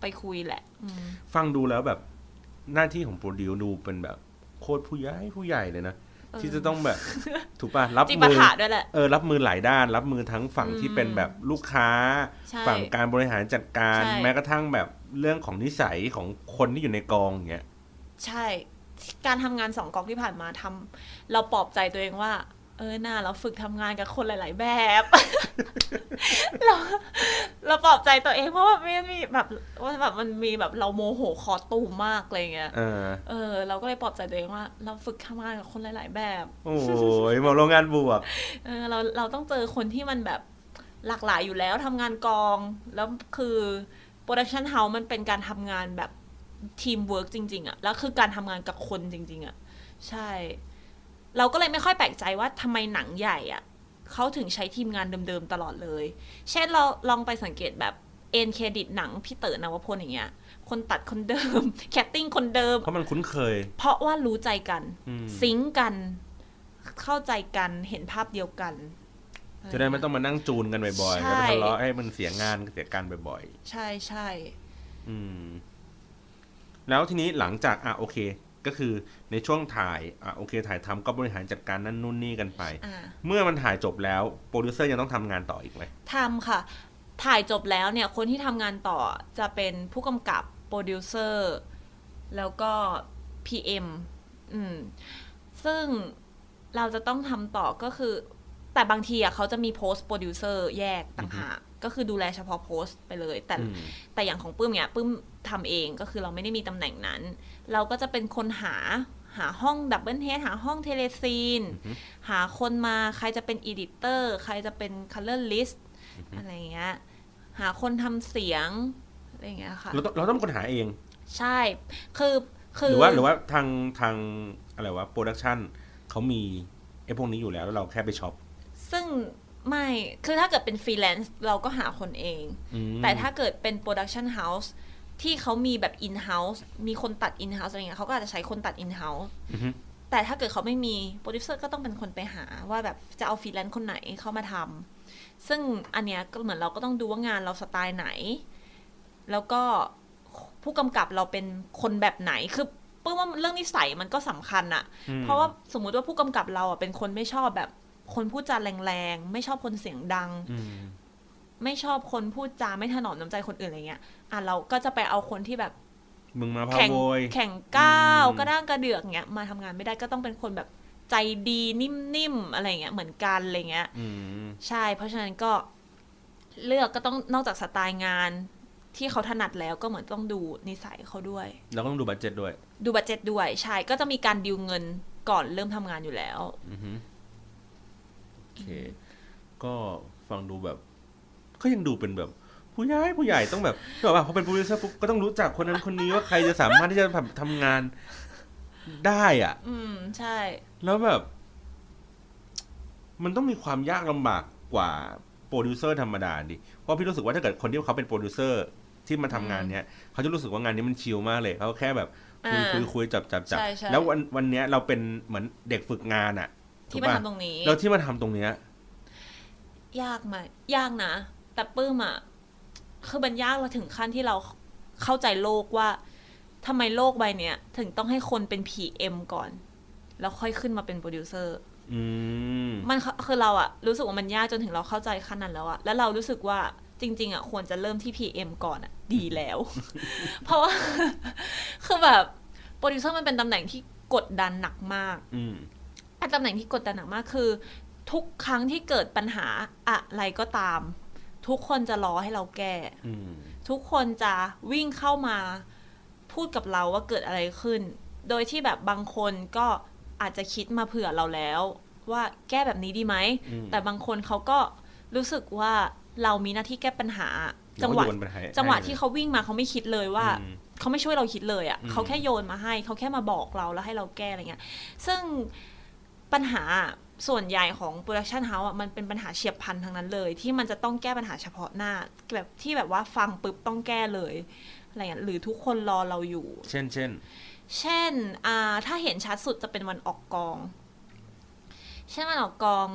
S2: ไปคุยแหละ อืม
S1: ฟังดูแล้วแบบ หน้าที่ของโปรดิวดูเป็นแบบ โคตรผู้ใหญ่ผู้ใหญ่เลยนะ ที่จะต้องแบบ ถูกป่ะ รับ
S2: จิปา
S1: มือ
S2: ถะด้วยแหละ
S1: เออ รับมือหลายด้าน รับมือทั้งฝั่ง
S2: อืม
S1: ที่เป็นแบบลูกค้า
S2: ใช่
S1: ฝั่งการบริหารจัดการ
S2: ใช่
S1: แม้กระทั่งแบบเรื่องของนิสัยของคนที่อยู่ในกองอย่างเงี้ย
S2: ใช่ การทำงานสองกองที่ผ่านมาทำเราปลอบใจตัวเองว่า เออน่าเราฝึกทำงานกับคนหลาย ๆ แบบ เราเราปลอบใจตัวเองเพราะว่ามันมีแบบว่าแบบมันมีแบบเราโมโหคอตูมมากอะไรอย่างเงี้ย
S1: เออ
S2: เออ เราก็เลยปลอบใจตัวเองว่า เราฝึกทำงานกับคนหลาย ๆ แบบ
S1: โอ้ยหมอโรงงานบวก
S2: เออเราเราต้องเจอคนที่มันแบบหลากหลายอยู่แล้วทำงานกองแล้วคือโปรดักชันเฮาส์มันเป็นการทำงานแบบทีมเวิร์กจริง ๆอะแล้วคือการทำงานกับคนจริง ๆอะใช่ เราก็เลยไม่ค่อยแปลกใจว่าทำไมหนังใหญ่อะเขาถึงใช้ทีมงานเดิมๆตลอดเลย เช่นเราลองไปสังเกตแบบเอ็นเครดิตหนังพี่เต๋อนวพลอย่างเงี้ย คนตัดคนเดิม แคตติ้งคนเดิม
S1: เพราะมันคุ้นเคย
S2: เพราะว่ารู้ใจกัน
S1: อืม
S2: ซิงก์กัน เข้าใจกันเห็นภาพเดียวกัน
S1: จะได้ไม่ต้องมานั่งจูนกันบ่อยๆ
S2: ใช่
S1: แล้วไปทะเลาะให้มันเสียงานเสียการบ่อย
S2: ใช่ใช่
S1: ๆ อืม แล้วทีนี้หลังจากอ่ะโอเค ก็คือในช่วงถ่ายอ่ะโอเค ถ่ายทำก็บริหารจัดการนั่นนู่นนี่กันไป
S2: อ่า
S1: เมื่อมันถ่ายจบแล้วโปรดิวเซอร์ยังต้องทำงานต่ออีกไหม
S2: ทำค่ะ ถ่ายจบแล้วเนี่ย คนที่ทำงานต่อจะเป็นผู้กำกับ โปรดิวเซอร์ แล้วก็ PM อืม ซึ่งเราจะต้องทำต่อก็คือ แต่บางทีอ่ะเขาจะมี post producer แยกต่างหาก ก็คือดูแลเฉพาะ post ไปเลย แต่
S1: อืม
S2: แต่อย่างของปื้มเนี่ยปื้มทำเองก็คือเราไม่ได้มีตำแหน่งนั้น เราก็จะเป็นคนหาหาห้องดับเบิลเฮดหาห้องเทเลซีน หาคนมาใครจะเป็นอีดิเตอร์ใครจะเป็นคัลเลอร์ลิสต์อะไรอย่างเงี้ยหาคนทำเสียง อะไรอย่างเงี้ยค่ะ
S1: เราต้องเราต้องคนหาเอง
S2: ใช่คือคื
S1: ห
S2: อ
S1: รือว่าหรือว่าทางทางอะไรวะโปรดักชันเขามีไอ้พวกนี้อยู่แล้วแล้วเราแค่ไปช็อป
S2: ซึ่งไม่ คือถ้าเกิดเป็นฟรีแลนซ์เราก็หาคนเอง
S1: อืม
S2: แต่ถ้าเกิดเป็นโปรดักชันเฮาส์ที่เขามีแบบอินเฮาส์มีคนตัดอินเฮาส์อะไรเงี้ยเขาก็อาจจะใช้คนตัดอินเฮาส์
S1: อือฮึ
S2: แต่ถ้าเกิดเขาไม่มีโปรดิวเซอร์ก็ต้องเป็นคนไปหาว่าแบบจะเอาฟรีแลนซ์คนไหนเข้ามาทำซึ่งอันเนี้ยก็เหมือนเราก็ต้องดูว่างานเราสไตล์ไหน แล้วก็ผู้กำกับเราเป็นคนแบบไหนคือเพื่อว่าเรื่องนิสัยมันก็สำคัญอะ
S1: อืม
S2: เพราะว่าสมมุติว่าผู้กำกับเราอ่ะเป็นคนไม่ชอบแบบคนพูดจาแรงๆ ไม่ชอบคนเสียงดัง
S1: อืม
S2: ไม่ชอบคนพูดจาไม่ถนอมน้ำใจคนอื่นอะไรเงี้ยอ่ะเราก็จะไปเอาคนที่แบบ
S1: มึงมาพา
S2: แข่ง
S1: โวย
S2: แข่งก้าว
S1: อืม
S2: กระด้างกระเดือกเงี้ยมาทำงานไม่ได้ก็ต้องเป็นคนแบบใจดีนิ่มๆอะไรเงี้ยเหมือนกันอะไรเงี้ย
S1: อืม
S2: ใช่ เพราะฉะนั้นก็เลือกก็ต้องนอกจากสไตล์งานที่เขาถนัดแล้วก็เหมือนต้องดูนิสัยเขาด้วย
S1: แล้วก็ต้องดูบัตเจ็ตด้วย
S2: ดูบัตเจ็ตด้วยใช่ก็จะมีการดิวเงินก่อนเริ่มทำงานอยู่แล้ว
S1: อือฮึโอเค ก็ฟังดูแบบ ก็ยังดูเป็นแบบ ผู้ใหญ่ผู้ใหญ่ต้องแบบแบบว่าพอเป็นโปรดิวเซอร์ปุ๊บก็ต้องรู้จักคนนั้นคนนี้ว่าใครจะสามารถที่จะแบบทำงานได้อ่ะ
S2: อืมใช่
S1: แล้วแบบ มันต้องมีความยากลำบากกว่าโปรดิวเซอร์ธรรมดาดิเพราะพี่รู้สึกว่าถ้าเกิดคนที่เขาเป็นโปรดิวเซอร์ที่มาทำงานเนี้ยเขาจะรู้สึกว่างานนี้มันชิลมากเลยเขาแค่แบบคุย
S2: อ่า
S1: คุยคุยจับจับจับ
S2: ใช่ใช่
S1: แล้ววันวันเนี้ยเราเป็นเหมือนเด็กฝึกงานอะ
S2: ที่
S1: ถูก
S2: มา
S1: ปะ
S2: ทำตรงนี้
S1: แล้วที่มาทำตรงเนี้ย
S2: ยากไหมยากนะ แต่ปลื้มอ่ะคือมันยากเราถึงขั้นที่เราเข้าใจโลกว่าทำไมโลกใบเนี้ย ถึงต้องให้คนเป็น PM ก่อน แล้วค่อยขึ้นมาเป็นโปรดิวเซอร์
S1: อืม
S2: มันคือคือเราอะรู้สึกว่ามันยากจนถึงเราเข้าใจขั้นนั้นแล้วอะแล้วเรารู้สึกว่าจริง ๆอะควรจะเริ่มที่ PM ก่อนอะดีแล้ว เพราะว่า คือแบบโปรดิวเซอร์มันเป็นตำแหน่งที่กดดันหนักมาก
S1: อืม
S2: อันตำแหน่งที่กดดันหนักมากคือ ทุกครั้งที่เกิดปัญหาอะไรก็ตาม ทุกคนจะรอให้เราแก้
S1: อืม
S2: ทุกคนจะวิ่งเข้ามาพูดกับเราว่าเกิดอะไรขึ้น โดยที่แบบบางคนก็อาจจะคิดมาเผื่อเราแล้ว ว่าแก้แบบนี้ดีไหม
S1: อืม
S2: แต่บางคนเขาก็รู้สึกว่าเรามีหน้าที่แก้ปัญหา จังหวะ
S1: เราก็โยนไปใ
S2: จังหวะ
S1: ใ
S2: ที่เขาวิ่งมาเขาไม่คิดเลยว่า
S1: อืม
S2: เขาไม่ช่วยเราคิดเลยอะ่ะ
S1: อืม
S2: เขาแค่โยนมาให้ เขาแค่มาบอกเราแล้วให้เราแก้อะไรเงี้ย ซึ่งปัญหาส่วนใหญ่ของโปรดักชันเฮาส์อ่ะมันเป็นปัญหาเฉียบพลันทั้งนั้นเลย ที่มันจะต้องแก้ปัญหาเฉพาะหน้า แบบที่แบบว่าฟังปุ๊บต้องแก้เลยอะไรเงี้ยหรือทุกคนรอเราอยู่
S1: เช่นเช่น
S2: เช่นอ่าถ้าเห็นชัดสุดจะเป็นวันออกกอง เช่นวันออกกอง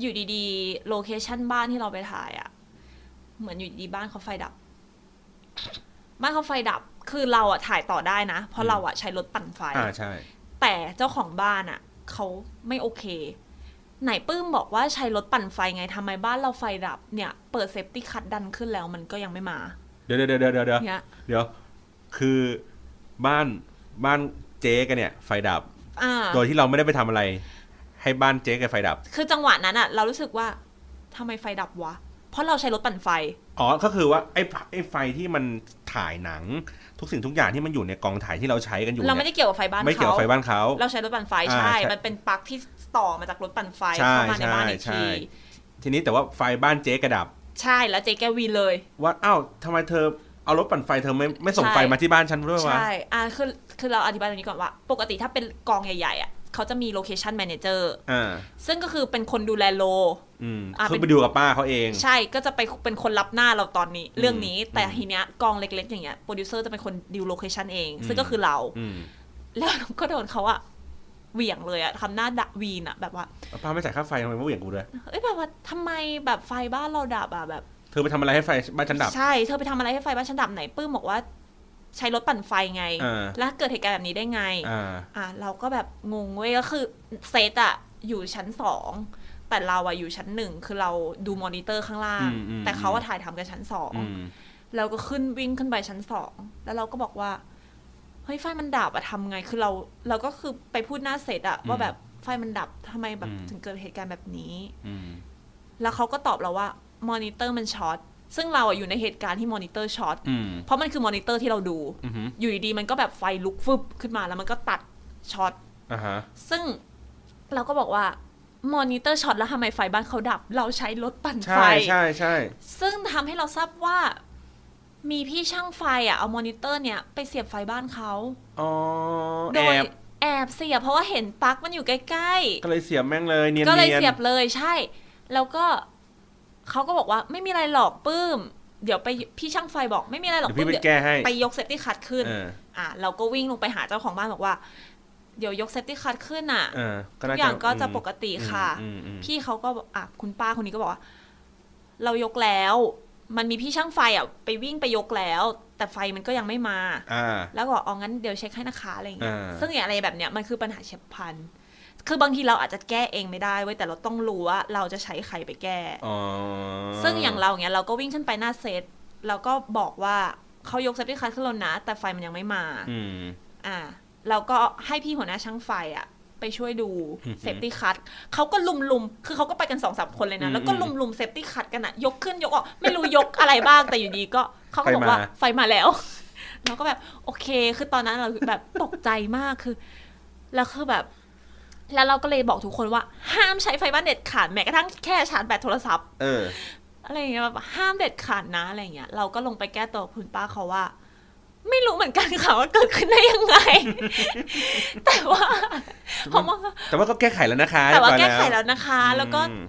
S2: อยู่ดีๆ โลเคชันบ้านที่เราไปถ่ายอะ่ะ เหมือนอยู่ดีๆบ้านเขาไฟดับ บ้านเขาไฟดับ คือเราอะถ่ายต่อได้นะ เพราะเราอะใช้รถปั่นไฟ
S1: อ่าใช่
S2: แต่เจ้าของบ้านอะเขาไม่โอเค ไหนปื้มบอกว่าใช้รถปั่นไฟไงทำไมบ้านเราไฟดับ เนี่ย เปิดเซฟตี้คัทดันขึ้นแล้วมันก็ยังไม่มา
S1: เดี๋ยวเดี๋ยวเดี๋ยวเดี๋ยวเดี๋ยว
S2: เนี่ย
S1: เดี๋ยว คือบ้านบ้านเจ๊กันเนี่ย ไฟดับ
S2: อ่า
S1: โดยที่เราไม่ได้ไปทำอะไร ให้บ้านเจ๊แกไฟดับ
S2: คือจังหวะนั้นอะเรารู้สึกว่าทำไมไฟดับวะ เพราะเราใช้รถปั่นไฟ
S1: อ๋อ ก็คือว่าไอ้ไอ้ไฟที่มันถ่ายหนัง ทุกสิ่งทุกอย่างที่มันอยู่ในกองถ่ายที่เราใช้กันอยู่
S2: เรา
S1: เนี่ย
S2: ไม่ได้เกี่ยวกับไฟบ้าน
S1: ไม่เกี่ยว
S2: เขา
S1: ไฟบ้านเขา
S2: เราใช้รถปั่นไฟ
S1: อ่า
S2: ใช่
S1: ใช่
S2: มันเป็นปลั๊กที่ต่อมาจากรถปั่นไฟ
S1: ใช่
S2: เข้ามาในบ้าน
S1: ใช่
S2: อีก
S1: ใช่
S2: ที
S1: ทีนี้แต่ว่าไฟบ้านเจ๊กระดับ
S2: ใช่แล้วเจ๊แกวีเลย
S1: ว่าอ้าวทำไมเธอเอารถปั่นไฟเธอไม่ไม่ส่ง
S2: ใช่
S1: ไฟมาที่บ้านฉันด้วยวะ
S2: ใช่อ่าคือคือเราอธิบายตรงนี้ก่อนว่า ปกติถ้าเป็นกองใหญ่ๆอ่ะเขาจะมีโลเคชันแมเนเจอร์
S1: อ่า
S2: ซึ่งก็คือเป็นคนดูแลโล
S1: อืม
S2: อ่ะ
S1: คือ
S2: เป็น
S1: ไปดูกับป้าเขาเอง
S2: ใช่ก็จะไปเป็นคนรับหน้าเราตอนนี้ เรื่องนี้
S1: อืม
S2: แต่ทีเนี้ยกองเล็กๆอย่างเงี้ยโปรดิวเซอร์จะเป็นคนดิวโลเคชันเอง ซึ่ง
S1: อืม
S2: ก็คือเรา
S1: อืม
S2: แล้วก็โดนเขาอะเหวี่ยงเลยอะทำหน้าดะวีนอะแบบว่า
S1: แล้วป้าไม่จ่ายค่าไฟทำไมมาเหวี่ยงกูด้วย
S2: เอ้ยแบบว่าทำไมแบบไฟบ้านเราดับอะแบบ
S1: เธอไปทำอะไรให้ไฟบ้านฉันดับ
S2: ใช่เธอไปทำอะไรให้ไฟบ้านฉันดับไหนปื้มบอกว่า ใช้รถปั่นไฟไง
S1: อ่า
S2: แล้วเกิดเหตุการณ์แบบนี้ได้ไง
S1: อ่า
S2: อ่ะเราก็แบบงงเว้ยก็คือเซตอะอยู่ชั้นสองแต่เราอะอยู่ชั้นหนึ่งคือเราดูมอนิเตอร์ข้างล่าง
S1: อืมอืม
S2: แต่เขาอะถ่ายทำกันชั้นสอง
S1: อืม
S2: เราก็ขึ้นวิ่งขึ้นไปชั้นสองแล้วเราก็บอกว่า เฮ้ยไฟมันดับอะทำไงคือเรา เราก็คือไปพูดหน้าเสร็จอะว่าแบบไฟมันดับทำไมแบบถึงเกิดเหตุการณ์แบบนี้
S1: อืม
S2: แล้วเขาก็ตอบเราว่ามอนิเตอร์มันช็อตซึ่งเราอะอยู่ในเหตุการณ์ที่มอนิเตอร์ช็อต
S1: อืม
S2: เพราะมันคือมอนิเตอร์ที่เราดู
S1: อืม
S2: อยู่ดีๆมันก็แบบไฟลุกฟึบขึ้นมาแล้วมันก็ตัดช็อต
S1: อ่าฮะ
S2: ซึ่งเราก็บอกว่ามอนิเตอร์ช็อตแล้วทำไมไฟบ้านเขาดับ เราใช้รถปั่นไฟ
S1: ใช่ใช่ใช่
S2: ซึ่งทำให้เราทราบว่า มีพี่ช่างไฟอ่ะเอามอนิเตอร์เนี่ยไปเสียบไฟบ้านเขา
S1: อ๋อ
S2: โด
S1: แอย บ
S2: แอบเสียบเพราะว่าเห็นปลั๊กมันอยู่ใกล้
S1: ก็เลยเสียบแม่งเลยเนียนๆ
S2: ๆก็เลยเสียบเลยใช่ แล้วก็เขาก็บอกว่าไม่มีอะไรหรอกปื้ม เดี๋ยวไปพี่ช่างไฟบอกไม่มีอะไรหรอก
S1: เดี๋ยว
S2: ปื้
S1: พี่ไป
S2: มเดี๋ยว
S1: แก้ให้
S2: ไปยกเซฟตี้คัดขึ้น
S1: เออ
S2: อ่ะเราก็วิ่งลงไปหาเจ้าของบ้านบอกว่า เดี๋ยวยกเซฟตี้คัทขึ้นอ่ะ
S1: เออก็
S2: ทุ
S1: น่าก จะ
S2: อย่างก็จะปกติ
S1: อืม
S2: ค่ะ
S1: อืมอืม
S2: พี่เขาก็บอกอ่ะคุณป้าคนนี้ก็บอกว่า เรายกแล้ว มันมีพี่ช่างไฟอ่ะไปวิ่งไปยกแล้ว แต่ไฟมันก็ยังไม่มา
S1: อ่า
S2: แล้วก็บอกอ๋องั้นเดี๋ยวเช็คให้นะคะอะไรอย่างเงี้ย
S1: อ่า
S2: ซึ่งอย่างอะไรแบบเนี้ยมันคือปัญหาเฉียบพลัน คือบางทีเราอาจจะแก้เองไม่ได้เว้ยแต่เราต้องรู้ว่าเราจะใช้ใครไปแก้
S1: อ๋อ
S2: ซึ่งอย่างเราเนี้ยเราก็วิ่งขึ้นไปหน้าเซตเราก็บอกว่าเขายกเซฟตี้คัทขึ้นแล้วนะ แต่ไฟมันยังไม่มา
S1: อืม
S2: อ่าเราก็ให้พี่หัวหน้าช่างไฟอะไปช่วยดู
S1: อือหือ
S2: เซฟตี้คัทเขาก็ลุมลุมๆคือเขาก็ไปกันสองสามคนเลย
S1: อื
S2: นะ
S1: ม
S2: แล้วก็ลุมลุมเซฟตี้คัทกันอะยกขึ้นยกออก ไม่รู้ยกอะไรบ้างแต่อยู่ดีก็เขาก็บอกว่า
S1: ไฟมา
S2: ไฟมาแล้ว เราก็แบบโอเค คือตอนนั้นเราแบบตกใจมากคือ แล้วคือแบบ แล้วเราก็เลยบอกทุกคนว่า ห้ามใช้ไฟบ้านเด็ดขาดแม้กระทั่งแค่ชาร์จแบตโทรศัพท์
S1: เออ
S2: อะไรอย่างเงี้ยแบบห้ามเด็ดขาดนะอะไรอย่างเงี้ยเราก็ลงไปแก้ตัวคุณป้าเขาว่า ไม่รู้เหมือนกันค่ะว่าเกิดขึ้นได้ยัง ไง แต่ว่าเพราะว่า
S1: แต่ว่าก็แก้ไขแล้วนะคะ
S2: แต่ว่า
S1: เรี
S2: แก้
S1: ยบร้อย
S2: ไขแล้วนะคะ แล้วก็
S1: อืม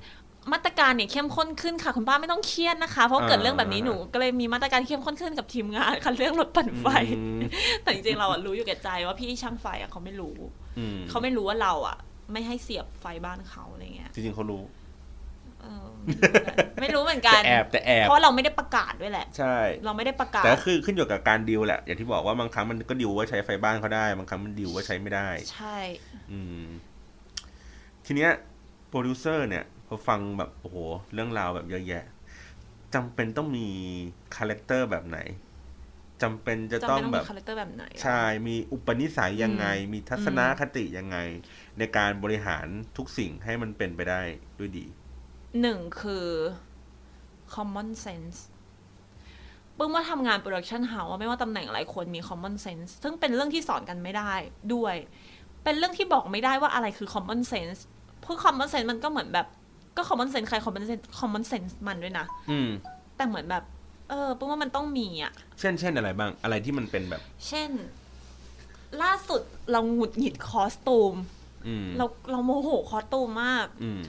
S2: มาตรการเนี่ยเข้มข้นขึ้นค่ะ คุณป้าไม่ต้องเครียดนะคะ เพราะเกิดเรื่องแบบนี้หนูก็เลยมีมาตรการเข้มข้นขึ้นกับทีมงานค่ะเรื่องรถปั่นไฟ
S1: อืม
S2: แต่จริงๆเราอะรู้อยู่แก่ใจว่าพี่ช่างไฟอะเขาไม่รู้
S1: อืม
S2: เขาไม่รู้ว่าเราอะไม่ให้เสียบไฟบ้านเขาอะไรเงี้ย
S1: จริงๆเขารู้
S2: เอ อไม่รู้เหมือนกั
S1: แต่
S2: น
S1: แอบแต่แอบ
S2: เพราะเราไม่ได้ประกาศด้วยแหละ
S1: ใช่
S2: เราไม่ได้ประกาศ
S1: แต่ก็คือขึ้นอยู่กับการดิวแหละ อย่างที่บอกว่าบางครั้งมันก็ดิวว่าใช้ไฟบ้านเขาได้ บางครั้งมันดิวว่าใช้ไม่ได้
S2: ใช่
S1: อืม ทีเนี้ยโปรดิวเซอร์เนี่ยพอฟังแบบโอ้โห เรื่องราวแบบเยอะแยะจำเป็นต้องมีคาแรคเตอร์แบบไหนจำเป็นจะ
S2: จำ
S1: ต้อ
S2: เป็
S1: ง
S2: น
S1: แบ
S2: ต้องมี
S1: บ
S2: คาแรคเตอร์แบบไหนอะ
S1: ใช่ มีอุปนิสัยยังไง มีทัศนคติยังไง ในการบริหารทุกสิ่งให้มันเป็นไปได้ด้วยดี
S2: หนึ่งคือ common sense ปึ้งว่าทำงานโปรดักชันเฮาส์ไม่ว่าตำแหน่งอะไรควรมี common sense ซึ่งเป็นเรื่องที่สอนกันไม่ได้ด้วย เป็นเรื่องที่บอกไม่ได้ว่าอะไรคือ common sense เพราะ common sense มันก็เหมือนแบบ ก็ common sense ใคร common sense common sense มันด้วยนะ
S1: อืม
S2: แต่เหมือนแบบ เออปึ้งว่ามันต้องมีอ่ะ
S1: เช่นเช่นอะไรบ้าง อะไรที่มันเป็นแบบ
S2: เช่น ล่าสุดเราหงุดหงิดคอสตูม
S1: อืม
S2: เราเราโมโหคอสตูมมาก
S1: อืม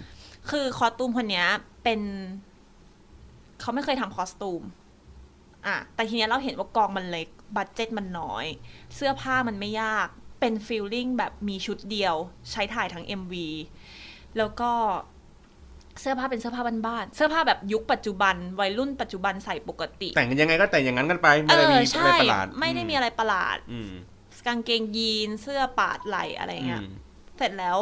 S2: คือคอสตูมคนเนี้ยเป็นเขาไม่เคยทำคอสตูม อ่ะ แต่ทีเนี้ยเราเห็นว่ากองมันเล็ก บัตเจ็ตมันน้อย เสื้อผ้ามันไม่ยาก เป็นฟิลลิ่งแบบมีชุดเดียว ใช้ถ่ายทั้ง MV แล้วก็เสื้อผ้าเป็นเสื้อผ้าบ้านๆ เสื้อผ้าแบบยุคปัจจุบัน วัยรุ่นปัจจุบันใส่ปกติ
S1: แต่งกันยังไงก็แต่งอย่างนั้นกันไป
S2: เอ
S1: ไม่ได้
S2: อ
S1: มีอะไร
S2: ใช่
S1: ประหลาด
S2: ไม่ได้มีอะไรประหลาด
S1: อืม
S2: กางเกงยีน เสื้อปาดไหลอะไร
S1: อื
S2: เงี้ย
S1: ม
S2: เสร็จแล้ว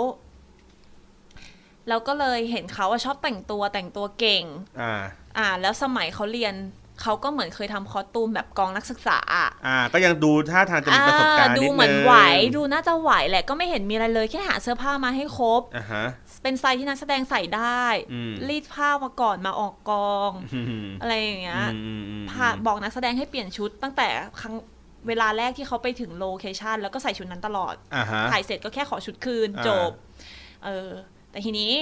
S2: เราก็เลยเห็นเขาอะชอบแต่งตัวแต่งตัวเก่ง
S1: อ่า
S2: อ่า แล้วสมัยเขาเรียนเขาก็เหมือนเคยทำคอสตูมแบบกองนักศึกษาอะ
S1: อ่า ก็ยังดูท่าทางจะมีประสบการณ์
S2: อ่ดู
S1: นิดนึง
S2: เหมือนไหว ดูน่าจะไหวแหละก็ไม่เห็นมีอะไรเลยแค่หาเสื้อผ้ามาให้ครบ
S1: อ่าฮะ
S2: เป็นไซส์ที่นักแสดงใส่ได้
S1: อืม
S2: รีดผ้ามาก่อนมาออกกอง
S1: อืม
S2: อะไรอย่างเงี้ย
S1: อืมอืม
S2: พาบอกนักแสดงให้เปลี่ยนชุดตั้งแต่ครั้งเวลาแรกที่เขาไปถึงโลเคชันแล้วก็ใส่ชุดนั้นตลอด
S1: อ่าฮะ
S2: ถ่ายเสร็จก็แค่ขอชุดคืน
S1: อ่า
S2: จบ เออ แต่ทีนี้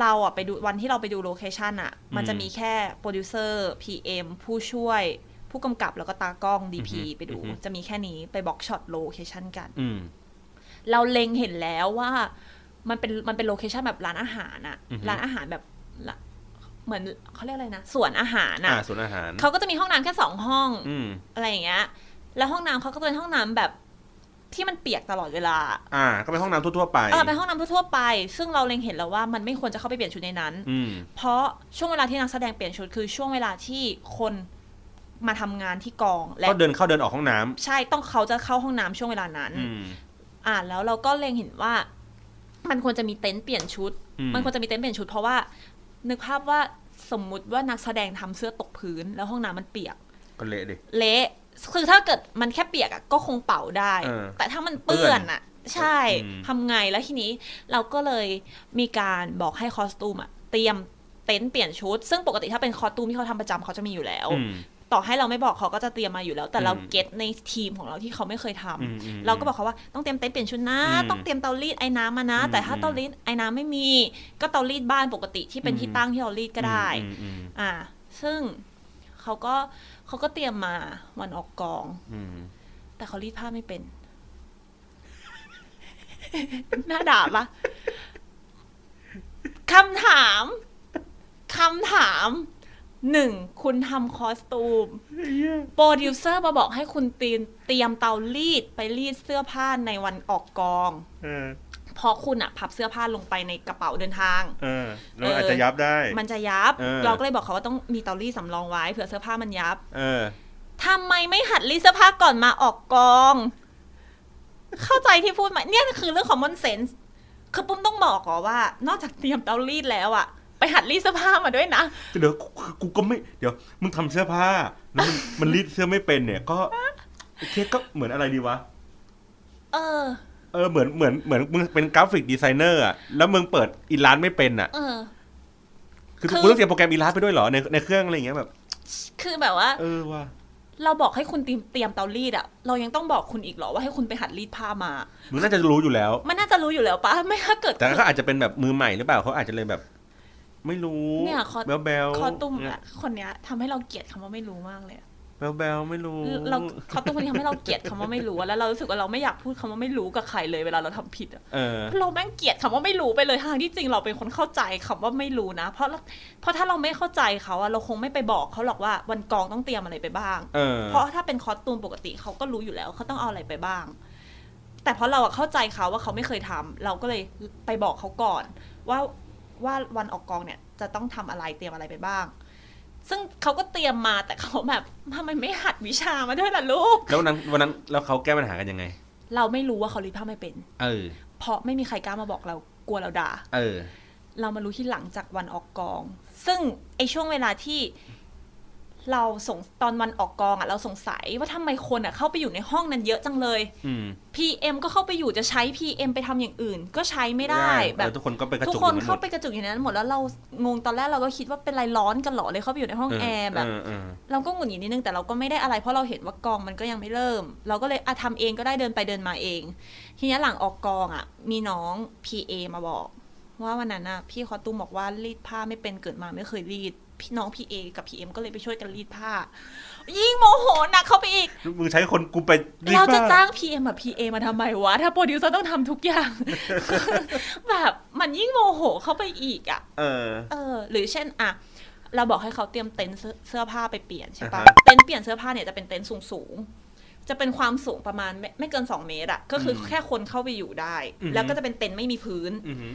S2: เราอ่ะไปดูวันที่เราไปดูโลเคชันอ่ะ มันจะมีแค่โปรดิวเซอร์ PM ผู้ช่วย ผู้กำกับแล้วก็ตากล้อง DP ไปดู จะมีแค่นี้ไปบล็อกช็อตโลเคชันกัน
S1: อืม
S2: เราเล็งเห็นแล้วว่ามันเป็นมันเป็นโลเคชันแบบร้านอาหารอ่ะ
S1: อือฮึ
S2: ร้านอาหารแบบละเหมือนเขาเรียกอะไรนะสวนอาหาร
S1: อ่า
S2: อ่ะ
S1: ส่วนอาหาร
S2: เขาก็จะมีห้องน้ำแค่สองห้อง
S1: อืม
S2: อะไรอย่างเงี้ย แล้วห้องน้ำเขาก็จะเป็นห้องน้ำแบบที่มันเปียกตลอดเวลา
S1: อ่า ก็เป็นห้องน้ำทั่วๆไป
S2: เออเป็นห้องน้ำทั่วๆไป ซึ่งเราเล็งเห็นแล้วว่ามันไม่ควรจะเข้าไปเปลี่ยนชุดในนั้น
S1: อืม
S2: เพราะช่วงเวลาที่นักแสดงเปลี่ยนชุดคือช่วงเวลาที่คนมาทำงานที่กองและ
S1: ก็เดินเข้าเดินออกห้องน้ำ
S2: ใช่ต้องเขาจะเข้าห้องน้ำช่วงเวลานั้น
S1: อืม
S2: อ่าแล้วเราก็เล็งเห็นว่า มันควรจะมีเต็นท์เปลี่ยนชุด
S1: อืม
S2: มันควรจะมีเต็นท์เปลี่ยนชุด เพราะว่านึกภาพว่าสมมุติว่านักแสดงทำเสื้อตกพื้น แล้วห้องน้ำมันเปียก
S1: ก็เละดิ
S2: เละคือถ้าเกิดมันแค่เปียกอะก็คงเป่าได้
S1: เออ
S2: แต่ถ้ามันเปื้อนอะใช่
S1: อืม
S2: ทำไงแล้วทีนี้เราก็เลยมีการบอกให้คอสตูมอะเตรียมเต็นท์เปลี่ยนชุด ซึ่งปกติถ้าเป็นคอสตูมที่เขาทำประจำเขาจะมีอยู่แล้ว
S1: อืม
S2: ต่อให้เราไม่บอกเขาก็จะเตรียมมาอยู่แล้ว แต่เรา
S1: อืม
S2: เก็ตในทีมของเราที่เขาไม่เคยทำ
S1: อืมอืม
S2: เราก็บอกเขาว่าต้องเตรียมเต็นท์เปลี่ยนชุดนะ
S1: อืม
S2: ต้องเตรียมเตารีดไอ้น้ำมานะ
S1: อืม
S2: แต่ถ้า
S1: อืม
S2: เตารีดไอ้น้ำไม่มี ก็เตารีดบ้านปกติที่เป็น
S1: อืม
S2: ที่ตั้งที่เรารีดก็ได้
S1: อืมอืม
S2: อ่า ซึ่งเขาก็เขาก็เตรียมมาวันออกกอง
S1: อืม
S2: แต่เขารีดผ้าไม่เป็น หน้าด่าปะคำถามคำถาม หนึ่งคุณทำคอสตูม โปรดิวเซอร์มาบอกให้คุณตีนเตรียมเตารีดไปรีดเสื้อผ้าในวันออกกอง
S1: เออ
S2: เพราะคุณอะพับเสื้อผ้าลงไปในกระเป๋าเดินทาง
S1: เออแล้วอาจจะยับได้
S2: มันจะยับ
S1: เออ
S2: เราก็เลยบอกเขาว่าต้องมีเตารีดสำรองไว้เผื่อเสื้อผ้ามันยับ
S1: เออ
S2: ทำไมไม่หัดรีดเสื้อผ้าก่อนมาออกกอง เข้าใจที่พูดไหมเนี่ยคือเรื่องของมอนเซนส์คือปุ้มต้องบอกก่อนว่า นอกจากเตรียมเตารีดแล้วอะไปหัดรีดเสื้อผ้ามาด้วยนะ
S1: เดี๋ยวกูกูก็ไม่เดี๋ยวมึงทำเสื้อผ้าแล้ว มันมันรีดเสื้อไม่เป็นเนี่ยก็โอเคก็เหมือนอะไรดีวะ
S2: เออ
S1: เออเหมือนเหมือนเหมือนมึงเป็นกราฟิกดีไซเนอร์อะแล้วมึงเปิดอีลานไม่เป็นอะ
S2: เออ
S1: คือ
S2: คือ
S1: กูต้องเตรียมโปรแกรมอีลานไปด้วยเหรอในในเครื่องอะไรอย่างเงี้ยแบบ
S2: คือแบบว่า
S1: เออว่ะ
S2: เราบอกให้คุณเตรียมเตรียมเตารีดอะเรายังต้องบอกคุณอีกเหรอว่าให้คุณไปหัดรีดผ้ามา
S1: มึงน่าจะรู้อยู่แล้ว
S2: มันน่าจะรู้อยู่แล้วปะไม่ถ้าเกิด
S1: แต่เขาอาจจะเป็นแบบมือใหม่หรือเปล่าเขาอาจจะเลยแบบ ไม่รู้
S2: เนี่ยคอ
S1: แบลแบล
S2: คอตุ้มอะคนเนี้ยทำให้เราเกลียดคำว่าไม่รู้มากเลยอะ
S1: แบลแบลไม่รู้
S2: เราคอตุ้มคนนี้ทำให้เราเกลียดคำว่าไม่รู้อะแล้วเรารู้สึกว่าเราไม่อยากพูดคำว่าไม่รู้กับใครเลยเวลาเราทำผิดอะ
S1: เออ
S2: เราแม่งเกลียดคำว่าไม่รู้ไปเลยทางที่จริงเราเป็นคนเข้าใจคำว่าไม่รู้นะ เพราะเพราะถ้าเราไม่เข้าใจเขาอะเราคงไม่ไปบอกเขาหรอกว่าวันกองต้องเตรียมอะไรไปบ้าง
S1: เออ
S2: เพราะถ้าเป็นคอสตูมปกติเขาก็รู้อยู่แล้วเขาต้องเอาอะไรไปบ้าง แต่เพราะเราอะเข้าใจเขาว่าเขาไม่เคยทำเราก็เลยไปบอกเขาก่อน ว่าว่าวันออกกองเนี่ยจะต้องทำอะไรเตรียมอะไรไปบ้าง ซึ่งเขาก็เตรียมมาแต่เขาแบบทำไมไม่หัดวิชามาด้วยล่ะลูก
S1: แล้ววันนั้นวันนั้นแล้วเขาแก้ปัญหากันยังไง
S2: เราไม่รู้ว่าเขารีดผ้าไม่เป็น
S1: เออ
S2: เพราะไม่มีใครกล้ามาบอกเรากลัวเราด่า
S1: เออ
S2: เรามารู้ที่หลังจากวันออกกอง ซึ่งไอช่วงเวลาที่เราสงตอนวันออกกองอะเราสงสัยว่าทำไมคนอะเข้าไปอยู่ในห้องนั้นเยอะจังเลย
S1: อืม
S2: PM ก็เข้าไปอยู่จะใช้ PM ไปทำอย่างอื่น ก็ใช้ไม่ได้แบ
S1: เอบ อทุกคนก็ไปกระ
S2: ทุก
S1: จุก
S2: คน
S1: อยู่
S2: เข้าไปกระจุกอยู่ในนั้นหมดแล้วเรางงตอนแรกเราก็คิดว่าเป็นไรร้อนกันเหรอเลยเข้าไปอยู่ในห้อง
S1: เ
S2: แอร์แบบ
S1: เเออ
S2: เราก็หงุดหงิดนิดนึงแต่เราก็ไม่ได้อะไรเพราะเราเห็นว่ากองมันก็ยังไม่เริ่ม เราก็เลยอะทำเองก็ได้เดินไปเดินมาเอง ทีนี้หลังออกกองอ่ะ มีน้อง PA มาบอก ว่าวันนั้นอ่ะพี่คอตุ้มบอกว่ารีดผ้าไม่เป็นเกิดมาไม่เคยรีดพี่น้อง PA กับ PM ก็เลยไปช่วยกันรีดผ้า ยิ่งโมโหหนักเข้าไปอีก
S1: มึงใช้คนกูไปรีบ
S2: เราจะ
S1: บ้
S2: จ้าง PM แบบ PA มาทำไมวะ ถ้าโปรดิวเซอร์ต้องทำทุกอย่าง แบบมันยิ่งโมโหเข้าไปอีกอ่ะ
S1: เออ
S2: เออ หรือเช่นอ่ะ เราบอกให้เขาเตรียมเต็นท์เสื้อเสื้อผ้าไปเปลี่ยนใช่ปะ
S1: อ่าฮะ
S2: เต็นท์เปลี่ยนเสื้อผ้าเนี่ยจะเป็นเต็นท์สูงสูงๆจะเป็นความสูงประมาณไม่ไม่เกิน 2 เมตรอะก็คืออแค่คนเข้าไปอยู่ได้
S1: อือฮึ
S2: แล้วก็จะเป็นเต็นท์ไม่มีพื้น
S1: อือหือ